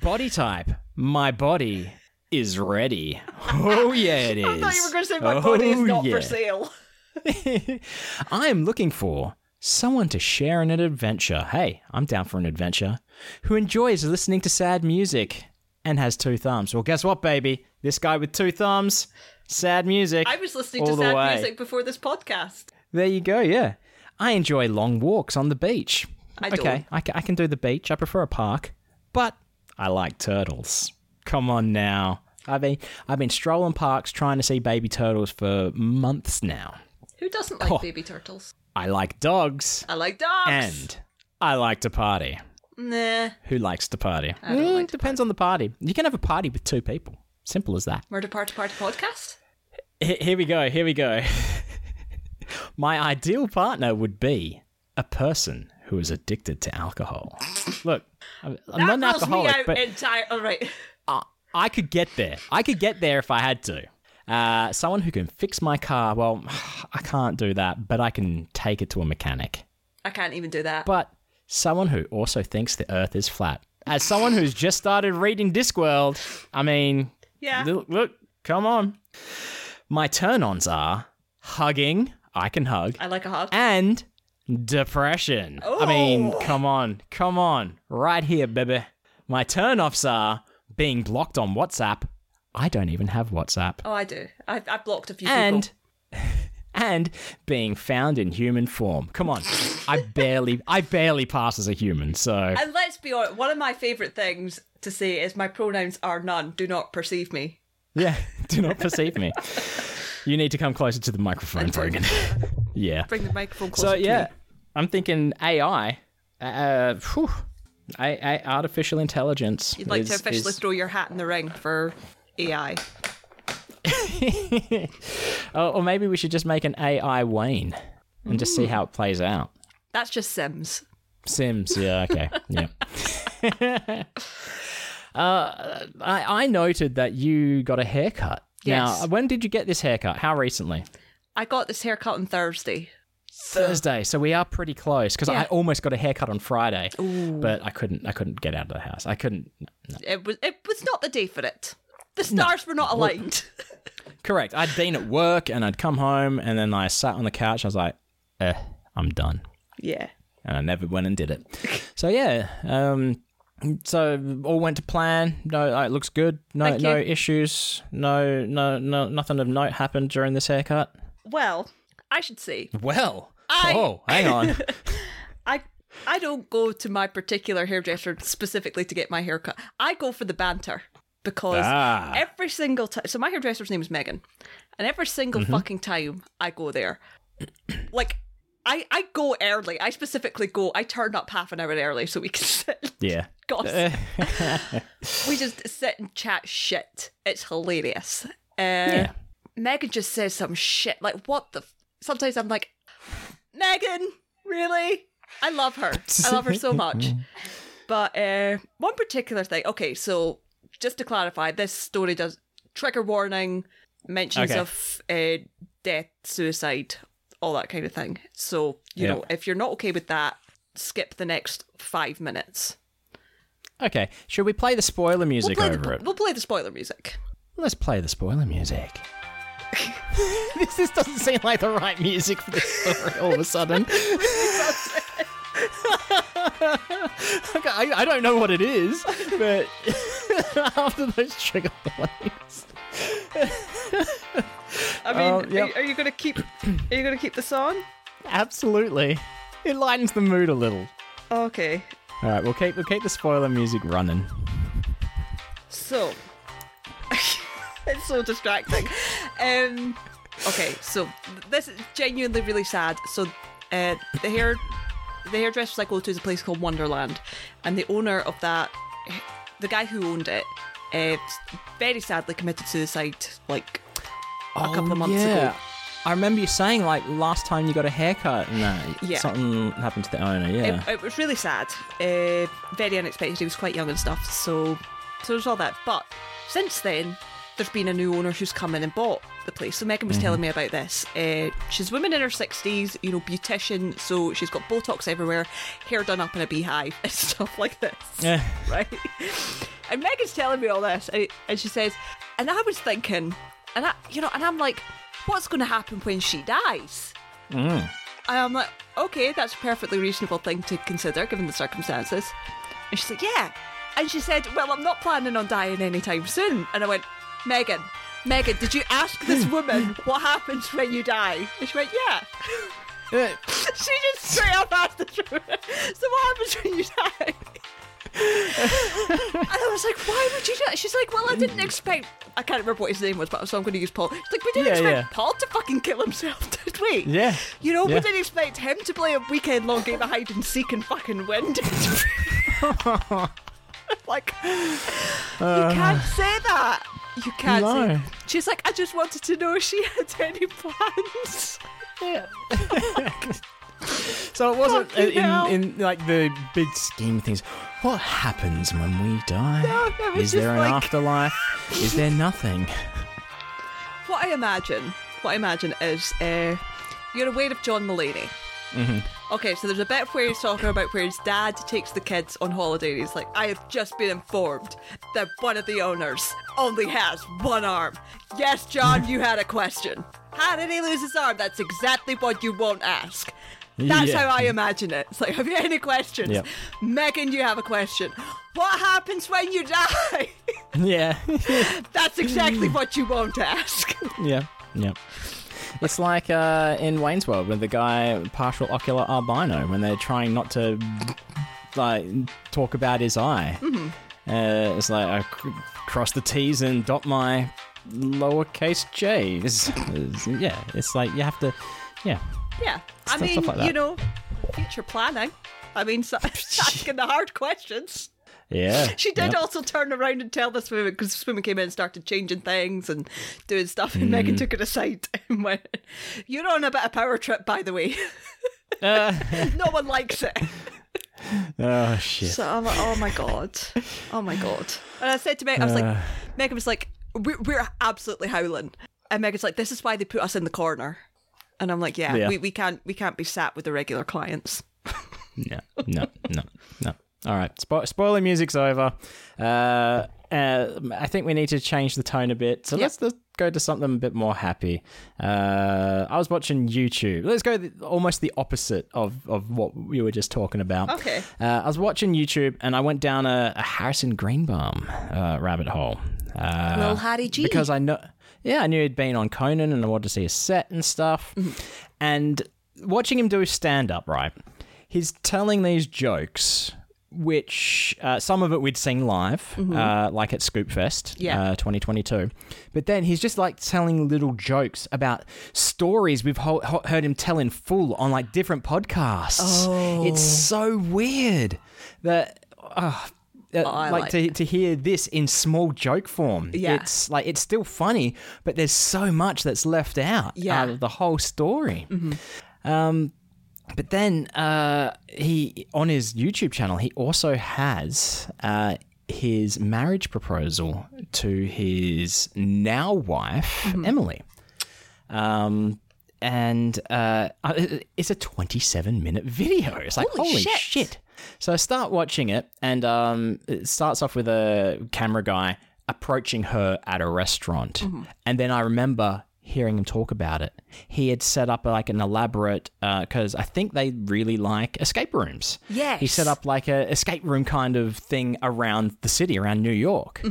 Body type My body is ready. Oh, yeah, it is. I thought you were going to say my body is Oh, not yeah. for sale. I am looking for someone to share in an adventure. Hey, I'm down for an adventure. Who enjoys listening to sad music and has two thumbs. Well, guess what, baby? This guy with two thumbs, sad music. I was listening all to the sad way. music before this podcast. There you go, yeah. I enjoy long walks on the beach. I don't. okay, I, ca- I can do the beach. I prefer a park, but I like turtles. Come on now. I've been, I've been strolling parks trying to see baby turtles for months now. Who doesn't like Oh. baby turtles? I like dogs. I like dogs. and I like to party. nah, Who likes to party? I don't it like Eh, depends on the party. You can have a party with two people. Simple as that. murder party party podcast. H- here we go. Here we go. My ideal partner would be a person who is addicted to alcohol. Look, I'm I'm not That an rules me alcoholic, out but entire. All right. I, I could get there. I could get there if I had to. Uh, someone who can fix my car. Well, I can't do that, but I can take it to a mechanic. I can't even do that. but someone who also thinks the earth is flat. As someone who's just started reading Discworld, I mean, yeah. look, look, come on. My turn ons are hugging, I can hug, I like a hug. and depression. I mean, Oh. come on, come on, right here, baby. My turn offs are being blocked on WhatsApp. I don't even have WhatsApp. Oh, I do. I, I blocked a few And people. and being found in human form. Come on. I barely I barely pass as a human, so And let's be honest. One of my favorite things to say is my pronouns are none. Do not perceive me. Yeah, do not perceive me. You need to come closer to the microphone, Brogan. yeah. Bring the microphone closer. So to yeah, me. I'm thinking AI, uh, phew, I, I, artificial intelligence. you'd like to is- officially is- throw your hat in the ring for AI. Oh, or maybe we should just make an AI Wayne and just Hmm. see how it plays out. That's just Sims. Sims. Yeah. Okay. yeah. uh, I, I noted that you got a haircut. Now, Yes. when did you get this haircut? How recently? I got this haircut on Thursday. Thursday, so we are pretty close because Yeah. I almost got a haircut on Friday, but I couldn't. I couldn't get out of the house. I couldn't. It was it was not the day for it. The stars were not aligned. Correct. I'd been at work and I'd come home and then I sat on the couch. I was like, eh, I'm done. Yeah. And I never went and did it. So yeah, um, so all went to plan. No, uh, it looks good. No, Thank no you. issues. No, no, no, nothing of note happened during this haircut. Well, I should say Well, I- oh, hang on. I I don't go to my particular hairdresser specifically to get my hair cut. I go for the banter because Ah. every single time. So my hairdresser's name is Megan, and every single fucking time I go there, like I I go early. I specifically go. I turn up half an hour early so we can sit. yeah. Uh, Gossip. we just sit and chat shit. It's hilarious. Uh, yeah. Megan just says some shit. Like, what the? F-? Sometimes I'm like, Megan, really? I love her. I love her so much. But uh, one particular thing. Okay, so just to clarify, this story does trigger warning, mentions Okay. of uh, death, suicide, all that kind of thing. So you Yeah. know, if you're not okay with that, skip the next five minutes. Okay. Should we play the spoiler music we'll play over the, it? We'll play the spoiler music. Let's play the spoiler music. this, this doesn't seem like the right music for this story all of a sudden. okay, I, I don't know what it is, but after those trigger warnings. Oh, I mean, are- yep. are, you gonna keep? Are you gonna keep this on? Absolutely. It lightens the mood a little. Okay. Alright, we'll keep we'll keep the spoiler music running. So it's so distracting. Um, okay, so th- this is genuinely really sad. So uh, the hair, the hairdresser I go to is a place called Wonderland, and the owner of that, the guy who owned it, uh, very sadly committed suicide like a couple of months Oh, ago. I remember you saying like last time you got a haircut and that Yeah. something happened to the owner, yeah. It, it was really sad. Uh, very unexpected. He was quite young and stuff, so so there's all that. But since then, there's been a new owner who's come in and bought the place. So Megan was telling me about this. Uh, she's a woman in her sixties, you know, beautician. So she's got Botox everywhere, hair done up in a beehive, and stuff like this. Yeah. Right. And Megan's telling me all this, and, and she says, and I was thinking, and I, you know, and I'm like, what's going to happen when she dies? And I'm like, okay, that's a perfectly reasonable thing to consider given the circumstances. And she's like, yeah. And she said, well, I'm not planning on dying anytime soon. And I went, Megan, Megan, did you ask this woman what happens when you die? And she went, yeah. Eh, she just straight up asked the truth. So what happens when you die? and I was like, why would you do that? She's like, well, I didn't expect. I can't remember what his name was, but so I'm going to use Paul. She's like, we didn't Yeah, expect yeah. Paul to fucking kill himself, did we? Yeah. You know, Yeah. we didn't expect him to play a weekend long game of hide and seek and fucking win. did we? like, Uh. you can't say that. You can't No. say. She's like, I just wanted to know if she had any plans. So it wasn't Fucking hell. in, in like the big scheme of things. What happens when we die? No, it was Is there just an like- afterlife? Is there nothing? What I imagine, what I imagine is, uh, you're aware of John Mulaney. Mm-hmm. Okay, so there's a bit where he's talking about where his dad takes the kids on holiday. And he's like, I have just been informed that one of the owners only has one arm. Yes, John, you had a question. How did he lose his arm? That's exactly what you won't ask. That's Yeah. how I imagine it. It's like, have you any questions? Yep. Megan, you have a question. What happens when you die? yeah. That's exactly what you won't ask. yeah. Yeah. It's like uh, in Wayne's World with the guy partial ocular albino when they're trying not to like talk about his eye. Mm-hmm. Uh, it's like I cr- cross the T's and dot my lowercase J's. yeah, it's like you have to. Yeah, Yeah, I Stuff- mean, stuff like that. you know, future planning. I mean, so, asking the hard questions. yeah. She did Yep. also turn around and tell this woman because this woman came in and started changing things and doing stuff, and Megan Mm. took it aside and went, "You're on a bit of power trip, by the way. Uh, no one likes it." oh shit. So I'm like, "Oh my god, oh my god." And I said to Megan, "I was Uh. like, Megan was like, we're, we're absolutely howling," and Megan's like, "This is why they put us in the corner," and I'm like, "Yeah, Yeah. We, we can't we can't be sat with the regular clients." no, no, no, no. All right, Spo- spoiler music's over. Uh, Uh, I think we need to change the tone a bit. So Yep. let's, let's go to something a bit more happy. Uh, I was watching YouTube. Let's go the, almost the opposite of, of what we were just talking about. Okay. Uh, I was watching YouTube and I went down a, a Harrison Greenbaum uh, rabbit hole. Uh, Little Harry G. Because I know, yeah, I knew he'd been on Conan and I wanted to see his set and stuff. Mm-hmm. And watching him do his stand up, right? He's telling these jokes, which uh, some of it we'd seen live, uh, like at Scoopfest Mm-hmm. Yeah. uh, 2022. But then he's just like telling little jokes about stories we've ho- ho- heard him tell in full on like different podcasts. Oh. It's so weird that. Uh, uh, I like like to, to hear this in small joke form. Yeah. It's like it's still funny, but there's so much that's left out Yeah. Mm-hmm. out of the whole story. Um, but then uh, he on his YouTube channel, he also has uh, his marriage proposal to his now wife Mm-hmm. Emily. Um, and uh, I- it's a 27 minute video. It's like Holy holy, shit. shit. So I start watching it, and um, it starts off with a camera guy approaching her at a restaurant, and then I remember hearing him talk about it. He had set up like an elaborate because I think they really like escape rooms. Yes. he set up like a escape room kind of thing around the city, around New York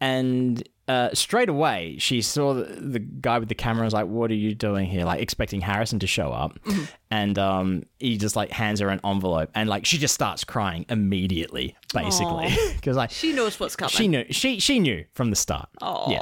and uh, straight away she saw the, the guy with the camera and was like what are you doing here like expecting harrison to show up and um, he just like hands her an envelope and like she just starts crying immediately basically because like She knows what's coming. she knew she she knew from the start Aw. yeah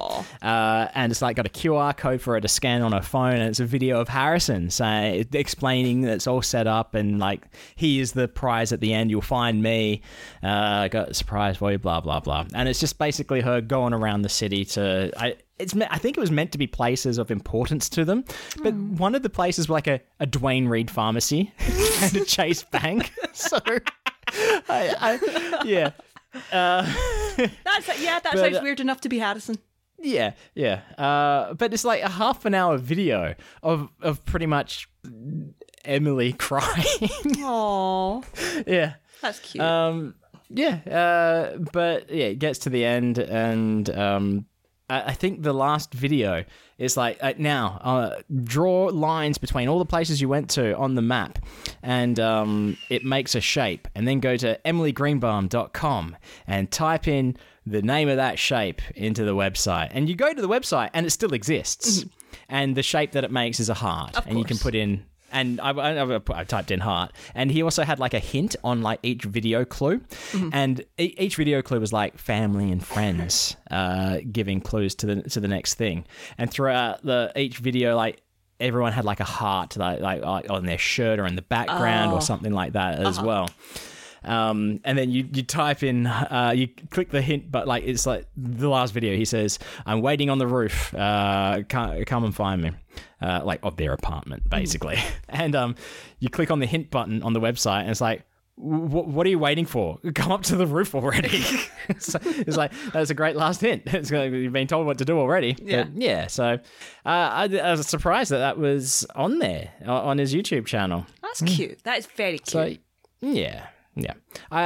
uh, and it's like got a qr code for her to scan on her phone and it's a video of harrison saying explaining that it's all set up and like he is the prize at the end you'll find me uh, got a surprise for you blah blah blah and it's just basically her going around the city to i it's, me- I think it was meant to be places of importance to them, but one of the places was like a, a Dwayne Reed pharmacy and a Chase Bank. So, I, I, yeah, That's yeah. That But, sounds uh, weird enough to be Harrison. Yeah, yeah. Uh, but it's like a half an hour video of of pretty much Emily crying. Aw, Uh, yeah. that's cute. Um, yeah. Uh, but yeah, it gets to the end, and um, I, I think the last video is like uh, now uh, draw lines between all the places you went to on the map, and um, it makes a shape, and then go to emilygreenbaum.com and type in the name of that shape into the website, and you go to the website, and it still exists. And the shape that it makes is a heart, and you can course. put in and I, I, I- I typed in heart and he also had like a hint on like each video clue and e- each video clue was like family and friends uh, giving clues to the to the next thing and throughout the each video like everyone had like a heart like, like, like on their shirt or in the background or something like that as well um, and then you, you type in uh, you click the hint but like it's like the last video he says i'm waiting on the roof uh, come, come and find me uh, like of their apartment basically and um, you click on the hint button on the website and it's like "Wh- what are you waiting for? Come up to the roof already. so it's like that's a great last hint. It's like, you've been told what to do already. Yeah. But yeah. So uh, I, I was surprised that that was on there uh, on his YouTube channel. that's cute. That is very cute. So yeah, yeah. I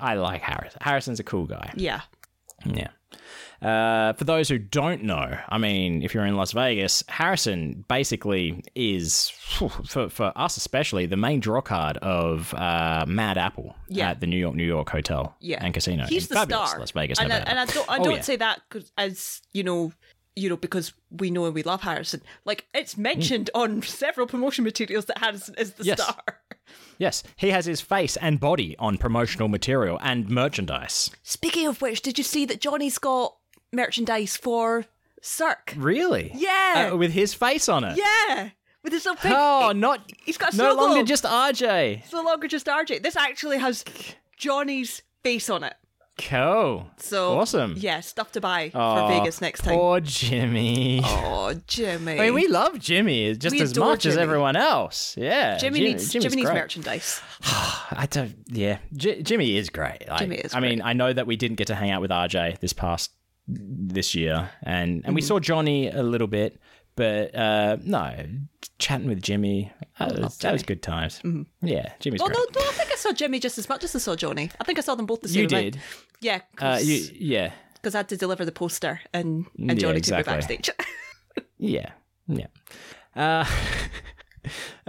I, I like Harris. Harrison's a cool guy. yeah. Yeah. Uh, for those who don't know, I mean, if you're in Las Vegas, Harrison basically is, phew, for, for us especially, the main draw card of uh, Mad Apple Yeah. at the New York, New York Hotel Yeah. and Casino. He's in the fabulous star. Las Vegas. and I, Nevada. and I don't, I Oh, don't yeah. say that 'cause- as you know, you know, because we know and we love Harrison. Like it's mentioned on several promotion materials that Harrison is the Yes. star. Yes, he has his face and body on promotional material and merchandise. Speaking of which, did you see that Johnny's got merchandise for Cirque? Really? Yeah. Uh, with his face on it. Yeah, with his little big. Oh, not he's got a no solo. longer just RJ. it's no longer just RJ. This actually has Johnny's face on it. Cool. So awesome. Yeah, stuff to buy Aw, for Vegas next time. Poor Jimmy. Oh, Jimmy. I mean, we love Jimmy just We as adore much as Jimmy. everyone else. Yeah, Jimmy Jim- needs Jimmy's Jimmy needs great. merchandise. I don't. Yeah, J- Jimmy is great. Like, Jimmy is I mean, I know that we didn't get to hang out with RJ this past this year, and and we Mm-hmm. saw Johnny a little bit, but uh no, chatting with Jimmy, that was, that was good times. Yeah, Jimmy's Oh great. no, no, I think I saw Jimmy just as much as I saw Johnny. I think I saw them both the same. you amount. did. Yeah. Uh, you, Because yeah. because I had to deliver the poster and, and Yeah, Johnny exactly. took me backstage. Uh, Yeah. Yeah. Uh,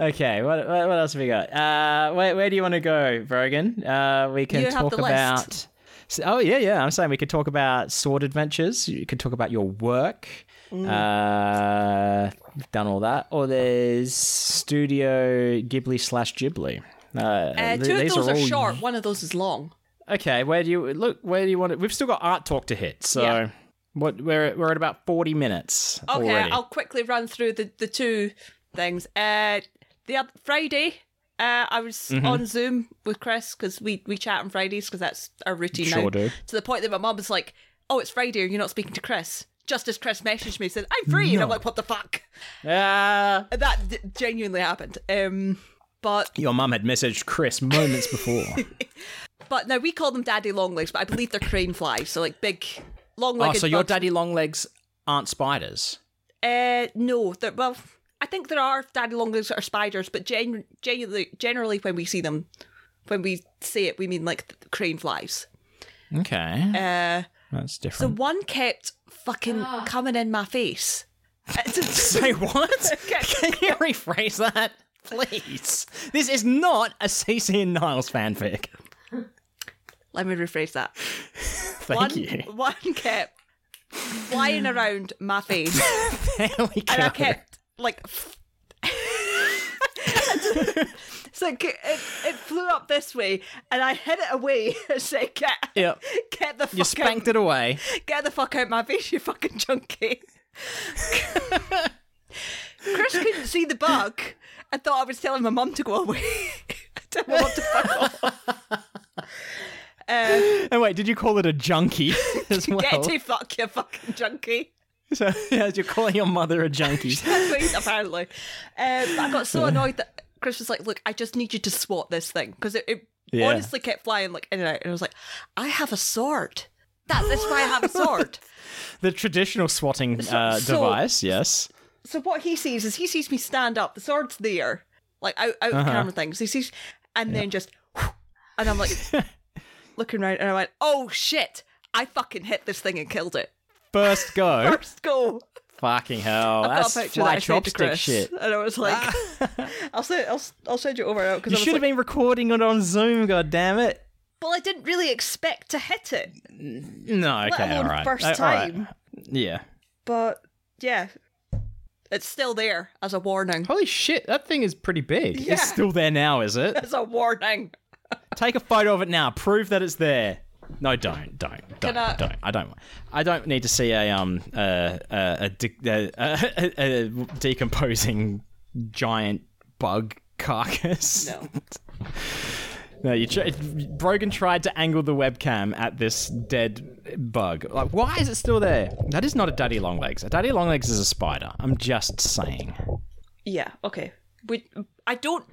okay. What, what what else have we got? Uh, where where do you want to go, Brogan? Uh, we can You have talk the list. about. So- Oh yeah, yeah. I'm saying we could talk about sword adventures. You could talk about your work. Mm. Uh, we've done all that, or there's Studio Ghibli slash Ghibli. Uh, Uh, th- two of these those are, all- short, one of those is long. Okay, where do you look? Where do you want it? We've still got art talk to hit, so Yeah. what? We're we're at about forty minutes. Okay, already. I'll quickly run through the, the two things. Uh, the oth- Friday, uh, I was Mm-hmm. on Zoom with Chris because we, we chat on Fridays because that's our routine now. Sure do. To the point that my mum was like, "Oh, it's Friday, you're not speaking to Chris." Just as Chris messaged me, said, "I'm free," and I'm No. like, "What the fuck?" Ah. And That d- genuinely happened. Um, but Your mum had messaged Chris moments before. but now we call them daddy longlegs, but I believe they're crane flies, so like big long-legged. oh, so your bugs. daddy long legs aren't spiders. Uh, no, there, well, I think there are daddy longlegs that are spiders, but gen- genuinely, generally when we see them, when we say it, we mean like th- crane flies. Okay. Uh, That's the different. one kept fucking Ah. coming in my face. It's- Say what? Okay. Can you rephrase that? Please. This is not a CC and Niles fanfic. Let me rephrase that. Thank One, you. one kept flying around my face, There we go. and I kept like. f- so it, it, it flew up this way, and I hid it away and said, "Get, Yep. get the fuck You out spanked it away. Get the fuck out my face, you fucking junkie. Chris couldn't see the bug and thought I was telling my mum to go away. I don't know what to fuck off. Uh, And wait, did you call it a junkie as Get well? to fuck, you fucking junkie. So yeah, you're calling your mother a junkie. Wait, apparently. Um, but I got so annoyed that Chris was like, Look, I just need you to swat this thing. Because it, it Yeah. honestly kept flying like in and out. And I was like, I have a sword. That, that's why I have a sword. the traditional swatting uh, so- device, yes. so what he sees is he sees me stand up, the sword's there, like out, out Uh-huh. the camera things. He sees, and then just, whew, and I'm like looking around, and I went, "Oh shit! I fucking hit this thing and killed it." First go. First go. Fucking hell. I've That's got a picture that fly I sent to chopstick Chris, shit. Ah. and I was like, "I'll send, I'll, I'll send you over because You I was should have like, been recording it on Zoom, god damn it. well, I didn't really expect to hit it, No, okay, let alone all right. first Uh, all right. time." Yeah. But yeah, it's still there as a warning. Holy shit, that thing is pretty big. Yeah. It's still there now, is it? As a warning. Take a photo of it now. Prove that it's there. No, don't, don't, don't, I- don't. I don't. I don't need to see a um uh, uh, a, de- uh, a, a, a decomposing giant bug carcass. No. No, you tr- Brogan tried to angle the webcam at this dead bug. Like, why is it still there? That is not a daddy longlegs. A daddy longlegs is a spider. I'm just saying. Yeah. Okay. We. I don't.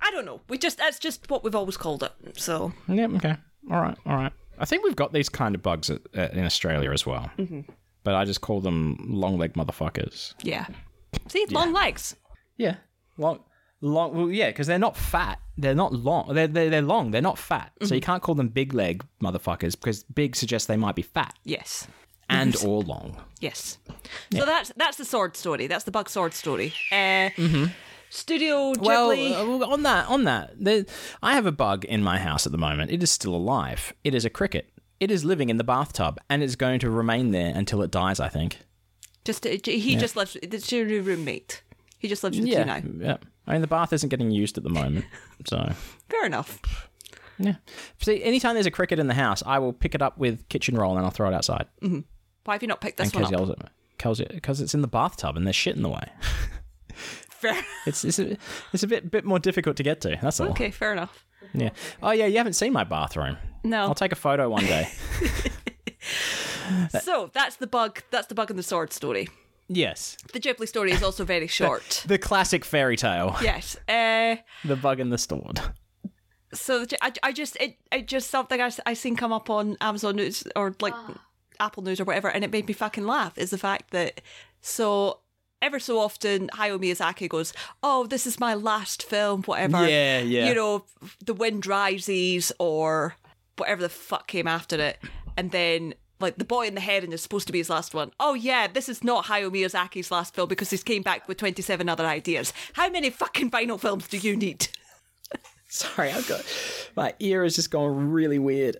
I don't know. We just. That's just what we've always called it. So. Yep. Okay. All right. All right. I think we've got these kind of bugs at, uh, in Australia as well, but I just call them long leg motherfuckers. Yeah. See, long legs. Yeah. Long. Long. Well, yeah, because they're not fat. They're not long. They're they're, they're long. They're not fat. So you can't call them big leg motherfuckers because big suggests they might be fat Yes. and or long. Yes. So that's that's the sword story. That's the bug sword story. Uh, Studio Ghibli. Mm-hmm. Well, uh, well, on that, on that, there, I have a bug in my house at the moment. It is still alive. It is a cricket. It is living in the bathtub, and it's going to remain there until it dies. I think. just uh, he just lives. It's your new roommate. He just lives with you now. yeah. I mean, the bath isn't getting used at the moment, so Fair enough. yeah. See, anytime there's a cricket in the house, I will pick it up with kitchen roll and I'll throw it outside. Why have you not picked and this Kez one up? yells at me. Because it's in the bathtub and there's shit in the way. Fair. It's it's a, it's a bit bit more difficult to get to. That's all. Okay. Fair enough. Yeah. Oh yeah, you haven't seen my bathroom. No. I'll take a photo one day. So that's the bug. That's the bug in the sword story. yes. The Ghibli story is also very short. The classic fairy tale. yes. Uh, The bug in the sword. So the, I, I just it, it just something I, s- I seen come up on Amazon News or like Apple News or whatever, and it made me fucking laugh. Is the fact that so ever so often Hayao Miyazaki goes, "Oh, this is my last film," whatever. Yeah, yeah. You know, The Wind Rises or whatever the fuck came after it, and then. like the boy in the heron is supposed to be his last one. Oh yeah, this is not Hayao Miyazaki's last film because he's came back with twenty seven other ideas. How many fucking vinyl films do you need? Sorry, I've got my ear is just going really weird.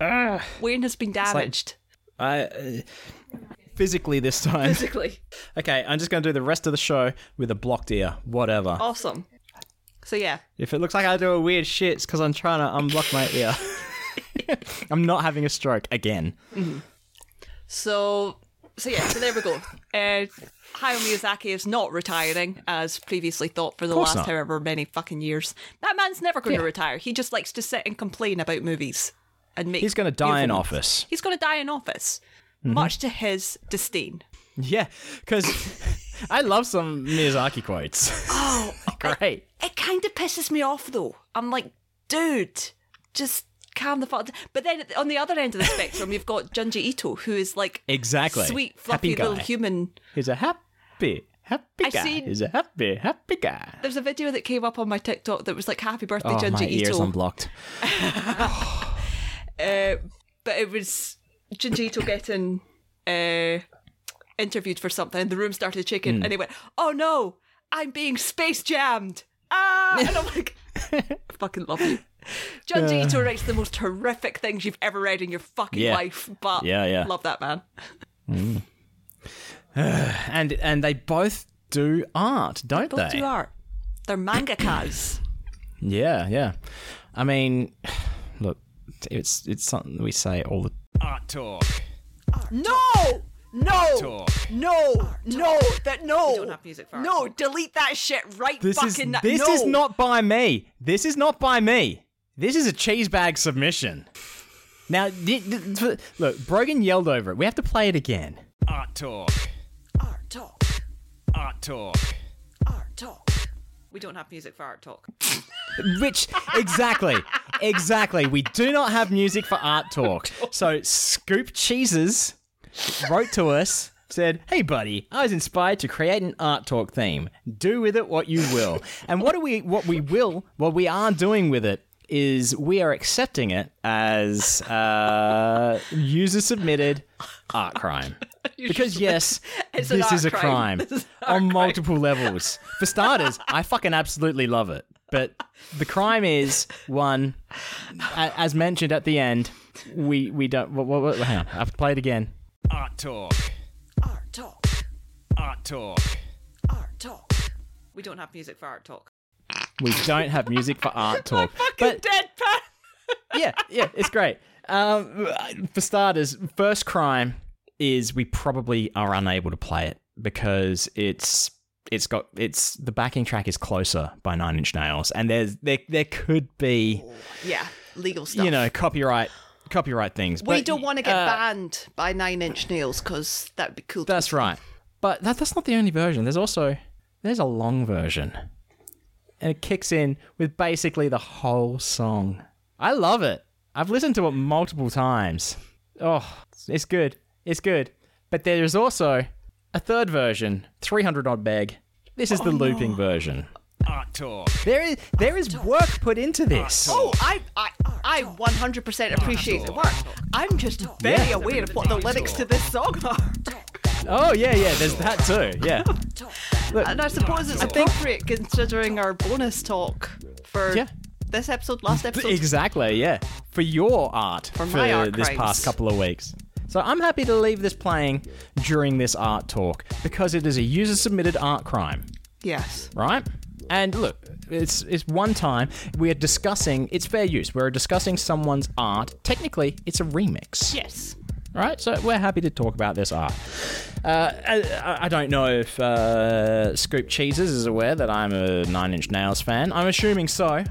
Ah, Wayne has been damaged I uh, physically this time. physically. Okay, I'm just going to do the rest of the show with a blocked ear. Whatever. Awesome. So yeah, If it looks like I do a weird shit, it's because I'm trying to unblock my ear. I'm not having a stroke again. so so yeah, so there we go. Uh, Hayao Miyazaki is not retiring as previously thought for the course not. last however many fucking years. That man's never going to retire. He just likes to sit and complain about movies and make. He's going to die in movies. office. Mm-hmm. He's going to die in office, much to his disdain. Yeah, because I love some Miyazaki quotes. Oh, Great. it kind of pisses me off though. I'm like, dude, just calm the fuck. down. But then on the other end of the spectrum, you've got Junji Ito, who is like Exactly. sweet, Happy fluffy guy. little human. He's a happy, happy I've guy. seen- He's a happy, happy guy. There's a video that came up on my TikTok that was like, "Happy birthday, Oh, Junji my ear's Ito," unblocked. uh, but it was Junji Ito getting uh, interviewed for something. The room started shaking, Hmm. and he went, "Oh no, I'm being space jammed!" Ah, and I'm like, I "Fucking love you." Junji Ito writes the most horrific things you've ever read in your fucking Yeah. life, but Yeah, yeah. love that man. And and they both do art, don't Both they? you are. They're mangakas. Yeah, yeah. I mean, look, it's it's something we say all the art talk. no, no. Talk. No, no, that no. don't have music for our no, delete that shit right This is fucking now. this no. is not by me. This is not by me. This is a cheese bag submission. Now, th- th- th- look, Brogan yelled over it. We have to play it again. Art talk. Art talk. Art talk. Art talk. We don't have music for art talk. Which exactly, exactly. We do not have music for art talk. So Scoop Cheeses wrote to us, said, "Hey buddy, I was inspired to create an art talk theme. Do with it what you will." And what do we? What we will? What we are doing with it is we are accepting it as uh, user submitted art crime. Because yes, an this art is a crime. crime on multiple levels. For starters, I fucking absolutely love it. But the crime is one, a- as mentioned at the end, we we don't. What, what, what, hang on, I have to play it again. Art talk. Art talk. Art talk. Art talk. We don't have music for art talk. We don't have music for art talk. but deadpan. yeah, yeah, it's great. Um, for starters, first crime is we probably are unable to play it because it's it's got it's the backing track is closer by Nine Inch Nails, and there's there there could be Yeah, legal stuff. you know copyright copyright things. we but- don't want to get uh, banned by Nine Inch Nails because that would be cool. That's right, but that, that's not the only version. There's also there's a long version, and it kicks in with basically the whole song. I love it. I've listened to it multiple times. Oh, it's good. It's good. But there is also a third version, 300 odd meg. This is the looping version. There is there is work put into this. oh, I, I, I 100% appreciate the work. I'm just very Yeah. aware of what the lyrics to this song are, Oh yeah, yeah. There's that too. Yeah. and Uh, I suppose it's appropriate considering our bonus talk for Yeah. this episode, last episode. Exactly, yeah. For your art for, my art this crimes. past couple of weeks. So I'm happy to leave this playing during this art talk because it is a user submitted art crime, yes. right? And look, it's it's one time we are discussing it's fair use. We're discussing someone's art. Technically, it's a remix. Yes. All right, so we're happy to talk about this art. Uh, I, I- I don't know if uh, Scoop Cheeses is aware that I'm a Nine Inch Nails fan. I'm assuming so.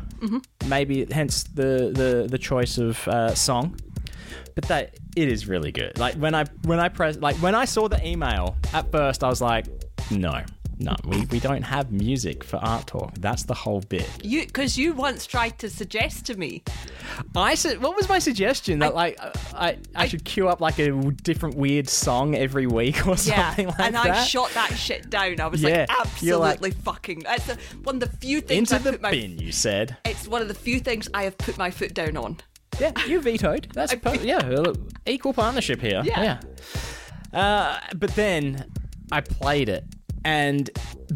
Maybe hence the the, the choice of uh, song. But that it is really good. Like when I when I press like when I saw the email at first, I was like, no, no, we, we don't have music for art talk. That's the whole bit. You, because you once tried to suggest to me I su- what was my suggestion that like uh, I, I I should queue up like a w- different weird song every week or Yeah, something like and that. I shot that shit down. I was Yeah, like, you're like- absolutely fucking. It's the- one of the few things into I've the put my. bin. You said It's one of the few things I have put my foot down on. Yeah, you vetoed. That's per- yeah, look, equal partnership here. Yeah. Uh, but then I played it, and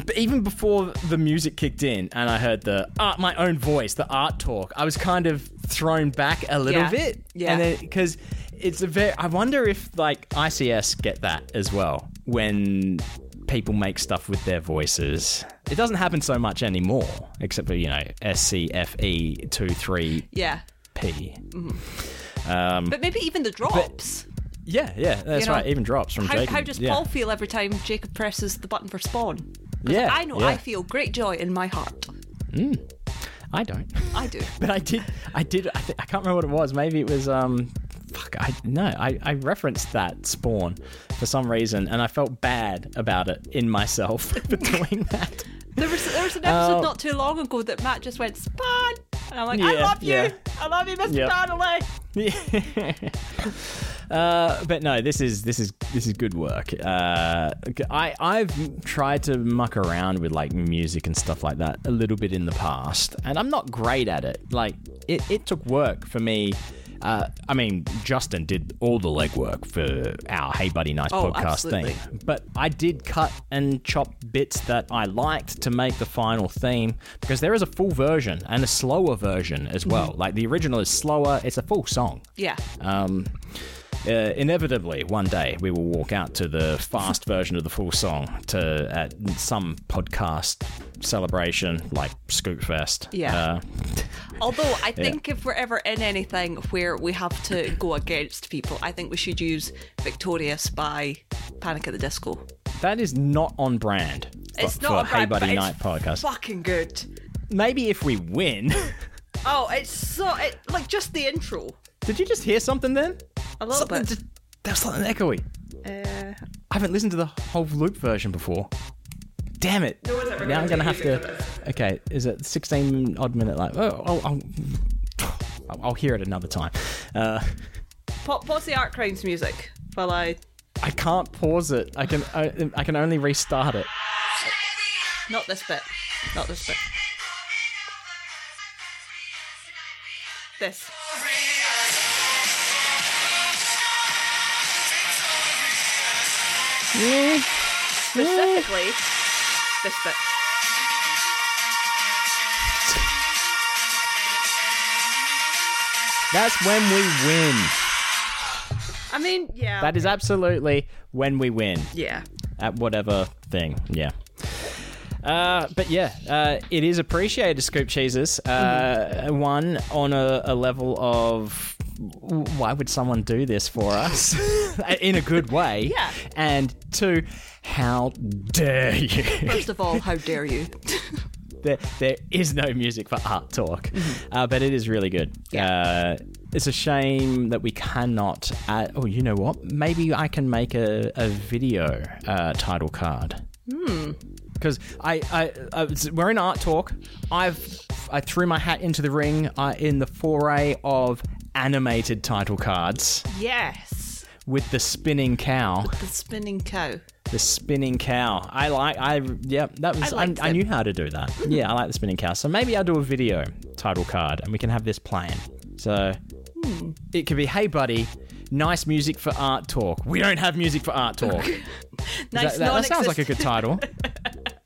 b- even before the music kicked in, and I heard the art, my own voice, the art talk. I was kind of thrown back a little Yeah. bit, Yeah. and then because it's a very. I wonder if like ICS get that as well when people make stuff with their voices. It doesn't happen so much anymore, except for you know SCFE E two three Yeah. P. Um, But maybe even the drops. Yeah, yeah, that's You know, right. Even drops from How, Jacob. how does yeah. Paul feel every time Jacob presses the button for spawn? 'Cause Yeah, I know yeah. I feel great joy in my heart. I don't. I do. But I did. I did. I, th- I can't remember what it was. Maybe it was. Um, fuck. I no. I, I referenced that spawn for some reason, and I felt bad about it in myself for doing that. There was there was an episode Um, not too long ago that Matt just went spawn, and I'm like, I Yeah, love you, yeah. I love you, Mr. Yep. Donnelly. uh, but no, this is this is this is good work. Uh, I I've tried to muck around with like music and stuff like that a little bit in the past, and I'm not great at it. Like it, it took work for me. Uh, I mean, Justin did all the legwork for our Hey Buddy Nice Oh, podcast absolutely. thing but I did cut and chop bits that I liked to make the final theme because there is a full version and a slower version as well. Mm-hmm. Like the original is slower, it's a full song. Yeah, Um, uh, inevitably, one day we will walk out to the fast version of the full song to at some podcast celebration like Scoop Fest. Yeah. Uh, Although I think if we're ever in anything where we have to go against people, I think we should use Victorious by Panic at the Disco. that is not on brand. for- It's for, not a Hey bad, but Buddy it's Night podcast. Fucking good. Maybe if we win. Oh, it's so it, like just the intro. Did you just hear something then? A little Something bit. just- there was something echoey. Uh, I haven't listened to the whole loop version before. Damn it! now I'm gonna have to. Okay, is it 16 odd minute? Like, oh, oh, I'll, I'll- I'll hear it another time. Uh, pa- pause the art crimes music while I I can't pause it. I can. I, I can only restart it. not this bit, not this bit. This. Specifically, this bit. That's when we win. I mean, yeah. That is absolutely when we win. Yeah. at whatever thing. Yeah. Uh, but yeah, uh, it is appreciated, Scoop Cheeses. Uh, One, on a, a level of w- why would someone do this for us in a good way? Yeah. And two, how dare you? First of all, how dare you? there, there is no music for art talk, uh, but it is really good. Uh, it's a shame that we cannot. Add, oh, you know what? Maybe I can make a, a video uh, title card. Because I, I, I, was- we're in art talk. I've, I threw my hat into the ring uh, in the foray of animated title cards yes. with the spinning cow. The spinning cow. The spinning cow. I like. I yeah. That was. I I, liked I, it. knew how to do that. Yeah, I like the spinning cow. So maybe I'll do a video title card, and we can have this playing. So Hmm. it could be, hey buddy, nice music for art talk. We don't have music for art talk. that, Nice. that- that sounds like a good title.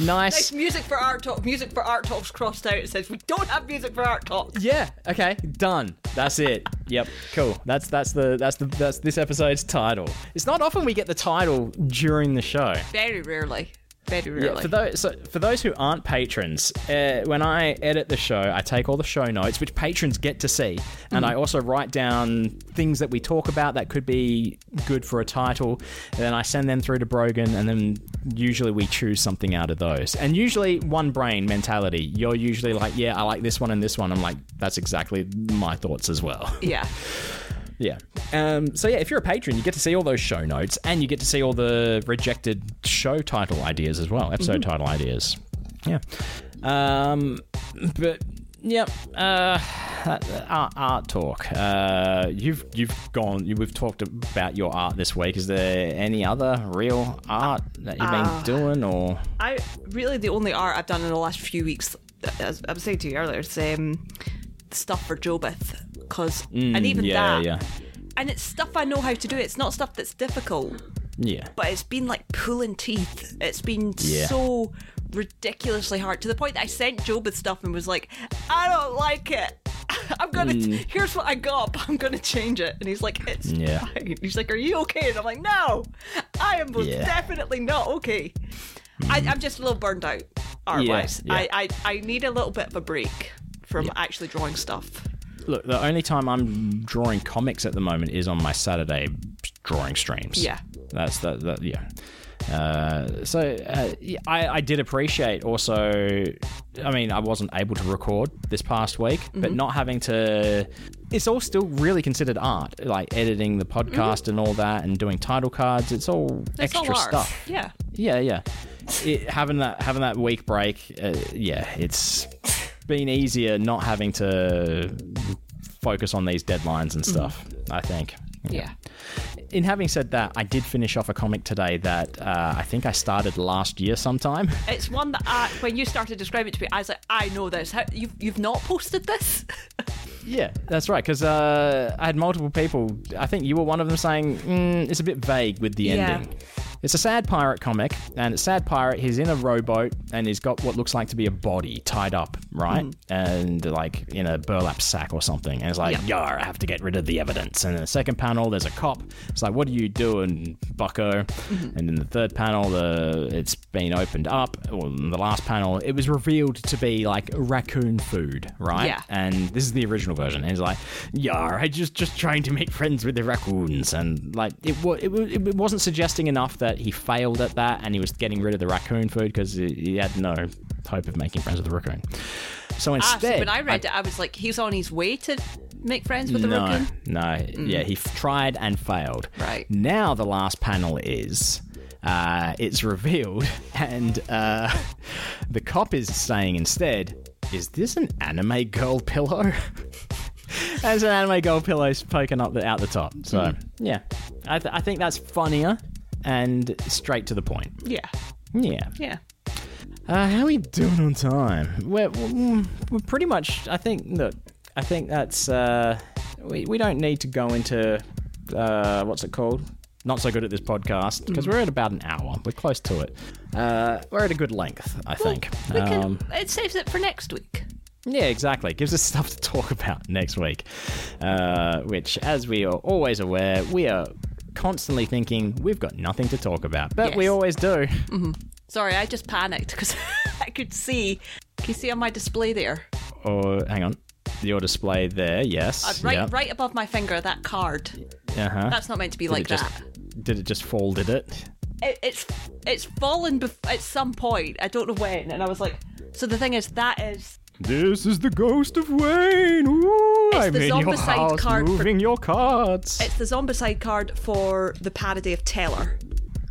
Nice nice. music for art talk. Music for art talks crossed out. It says we don't have music for art talk. Yeah. Okay. Done. That's it. Yep. Cool. That's that's the that's the that's this episode's title. It's not often we get the title during the show. Very rarely. Very Yeah, rarely. for those so for those who aren't patrons, uh, when I edit the show, I take all the show notes, which patrons get to see, and I also write down things that we talk about that could be good for a title. And then I send them through to Brogan, and then usually we choose something out of those. And usually one brain mentality. You're usually like, yeah, I like this one and this one. I'm like, that's exactly my thoughts as well. yeah. Yeah. Um, so yeah, if you're a patron, you get to see all those show notes, and you get to see all the rejected show title ideas as well, episode Mm-hmm. title ideas. Yeah. Um, but yeah, uh, art, art talk. Uh, you've you've gone. You, we've talked about your art this week. Is there any other real art that you've Ah. been doing, or I really the only art I've done in the last few weeks, as I was saying to you earlier, is um, stuff for Jobeth because Mm, and even yeah, that yeah, and it's stuff I know how to do. It's not stuff that's difficult, yeah. but it's been like pulling teeth. It's been Yeah. so ridiculously hard to the point that I sent Job with stuff and was like, I don't like it. I'm gonna. Here's what I got, but I'm gonna change it. And he's like, It's Mm. Yeah. fine. He's like, Are you okay? And I'm like, No, I am most Yeah. Mm. definitely not okay. I, I'm just a little burned out art wise. Yeah, yeah. I, I I need a little bit of a break from actually drawing stuff. Look, the only time I'm drawing comics at the moment is on my Saturday drawing streams. Yeah. that's that. that yeah. Uh, so uh, yeah, I, I did appreciate also. I mean, I wasn't able to record this past week, but Mm-hmm. not having to. It's all still really considered art, like editing the podcast and all that, and doing title cards. It's all Mm-hmm. It's extra all art. stuff. Yeah. Yeah, yeah. It, having that having that week break, uh, yeah, it's been easier not having to focus on these deadlines and stuff. I think. Yeah. In having said that, I did finish off a comic today that uh, I think I started last year sometime. It's one that I, when you started describing it to me, I was like, I know this. How, you've you've not posted this? yeah, that's right. Because uh, I had multiple people. I think you were one of them saying mm, it's a bit vague with the Yeah. ending. It's a sad pirate comic, and it's sad pirate. He's in a rowboat, and he's got what looks like to be a body tied up, Mm. right, and like in a burlap sack or something. And it's like, yar, I have to get rid of the evidence. And in the second panel, there's a cop. It's like, what are you doing, Bucko? Mm-hmm. And in the third panel, the it's been opened up. Or in the last panel, it was revealed to be like raccoon food, right? Yeah. and this is the original version. And he's like, "Yar, I just just trying to make friends with the raccoons," and like it wa- it, wa- it wasn't suggesting enough that he failed at that, and he was getting rid of the raccoon food because he he had no hope of making friends with the raccoon. So Ah, so instead, when I read it, I was like, he's on his way to make friends with the no, raccoon. No, yeah, he f- tried and failed. Right. Now the last panel is. Uh, it's revealed, and uh, the cop is saying instead, "Is this an anime girl pillow?" As an anime girl pillow's poking up the, out the top. So Hmm. yeah, I, th- I think that's funnier and straight to the point. Yeah. Yeah. Yeah. Uh, how are we doing on time? We're, mm, we're pretty much. I think. Look, I think that's. Uh, we we don't need to go into uh, what's it called? Not so good at this podcast Mm. because we're at about an hour. We're close to it. Uh, we're at a good length, I think. We can, Um, it saves it for next week. yeah, exactly. Gives us stuff to talk about next week, uh, which, as we are always aware, we are constantly thinking we've got nothing to talk about, but we Yes. Mm. always do. Sorry, I just panicked because I could see. Can you see on my display there? Or hang on, your display there. Yes. Uh, right, yep. right above my finger, that card. Uh-huh. That's not meant to be Did like it just, that. Did it just fall? Did it? it, it's it's fallen bef- at some point. I don't know when. And I was like, so the thing is, that is This is the ghost of Wayne. Ooh, It's I'm the in your zombicide house, card for- moving your cards. It's the zombicide card for the parody of Teller,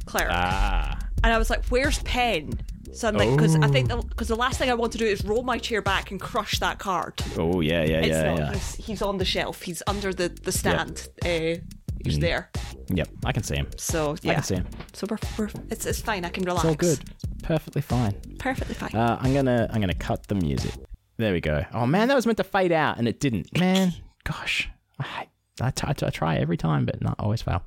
Claire. ah, and I was like, "Where's Pen?" So I'm like, because I Oh. think because the, last thing I want to do is roll my chair back and crush that card. oh yeah, yeah, It's yeah, not. yeah. He's, he's on the shelf. He's under the the stand. Uh, Mm. he's there. Yep, I can see him. It's So yeah. see him. So we're, we're it's it's fine. I can relax. all good. Perfectly fine. Perfectly fine. Uh, I'm gonna, I'm gonna cut the music. There we go. Oh man, that was meant to fade out and it didn't. Man, gosh, I, hate- I, t- I, t- I try every time, but not always fail.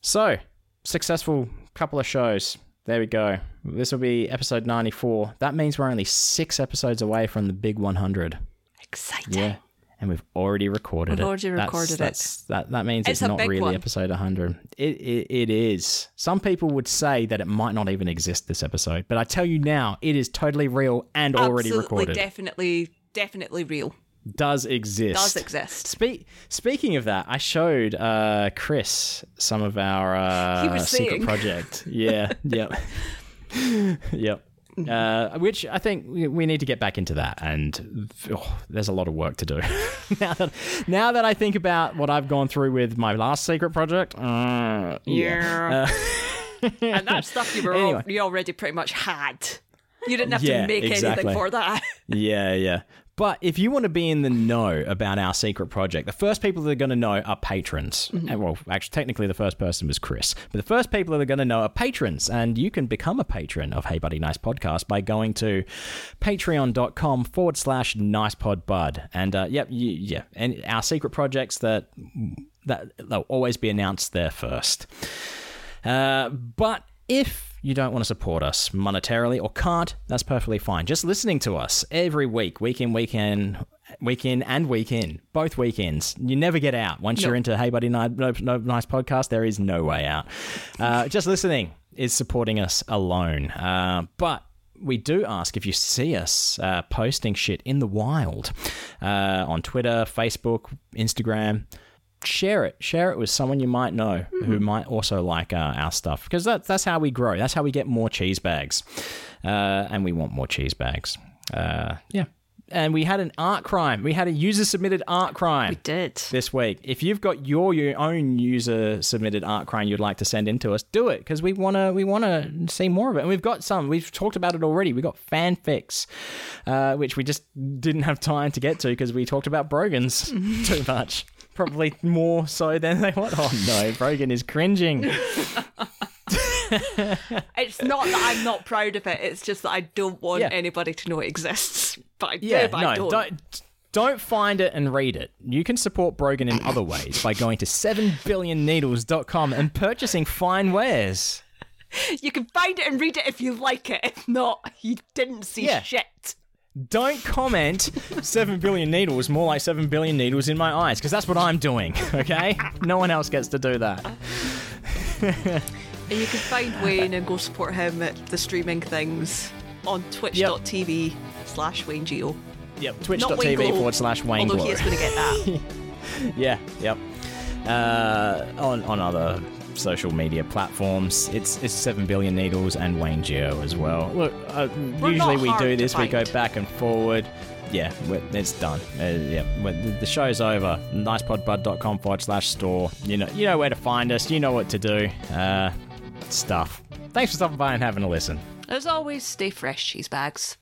So successful couple of shows. There we go. This will be episode 94. That means we're only six episodes away from the big 100. Exciting. Yeah. And we've already recorded We've it. already That's- recorded it. that's, That, that means it's, It's a not big really one. episode 100. It, it, it is. Some people would say that it might not even exist this episode, but I tell you now, it is totally real and already Absolutely, recorded. definitely, definitely real. Does exist. Does exist. Spe- speaking of that, I showed uh, Chris some of our uh, He was secret saying. project. Yeah, yep, yep. Mm-hmm. Uh, which I think we, we need to get back into that, and oh, there's a lot of work to do. now that now that I think about what I've gone through with my last secret project, uh, yeah. and that stuff you were al- Anyway. you already pretty much had. You didn't have Yeah, to make exactly. anything for that. Yeah, yeah. But if you want to be in the know about our secret project, the first people that are going to know are patrons. And, well, actually, technically, the first person was Chris, but the first people that are going to know are patrons. And you can become a patron of Hey Buddy Nice Podcast by going to patreon.com forward slash nicepodbud. And uh, yep, you, yeah, and our secret projects that that they'll always be announced there first. Uh, but if you don't want to support us monetarily or can't, that's perfectly fine. Just listening to us every week, week in, week in, week in and week in, both weekends. You never get out. Once you're into Hey Buddy Ni- no, no, Nice Podcast, there is no way out. Uh, just listening is supporting us alone. Uh, but we do ask if you see us uh, posting shit in the wild uh, on Twitter, Facebook, Instagram share it share it with someone you might know who might also like uh, our stuff because that's that's how we grow that's how we get more cheese bags uh, and we want more cheese bags uh, yeah and we had an art crime we had a user submitted art crime Did. this week if you've got your your own user submitted art crime you'd like to send in to us do it because we want to we want to see more of it and we've got some we've talked about it already we got fanfics uh, which we just didn't have time to get to because we talked about brogans too much probably more so than they want oh no brogan is cringing It's not that I'm not proud of it. It's just that I don't want Yeah. anybody to know it exists. But I yeah do, but no I don't. don't don't find it and read it. You can support Brogan in other ways by going to 7billionneedles.com and purchasing fine wares. You can find it and read it if you like it. If not, you didn't see Yeah. shit. Don't comment 7 billion needles, more like 7 billion needles in my eyes, because that's what I'm doing, okay? No one else gets to do Uh, that. And you can find Wayne and go support him at the streaming things on twitch.tv slash Wayne Geo. Yep, Not Wayne twitch.tv Glow, forward slash Wayne Although Glow. he is going to get that. Yeah, yep. Uh, on, on other social media platforms, it's, it's 7 billion needles and Wayne Geo as well. Look, uh, usually not we hard do to this, we go find. back and forward. Yeah, we're- it's done. Uh, yeah, we're- the- the show's over. Nicepodbud.com forward slash store. You know, you know where to find us. You know what to do. Uh, stuff. Thanks for stopping by and having a listen. As always, stay fresh, cheese bags.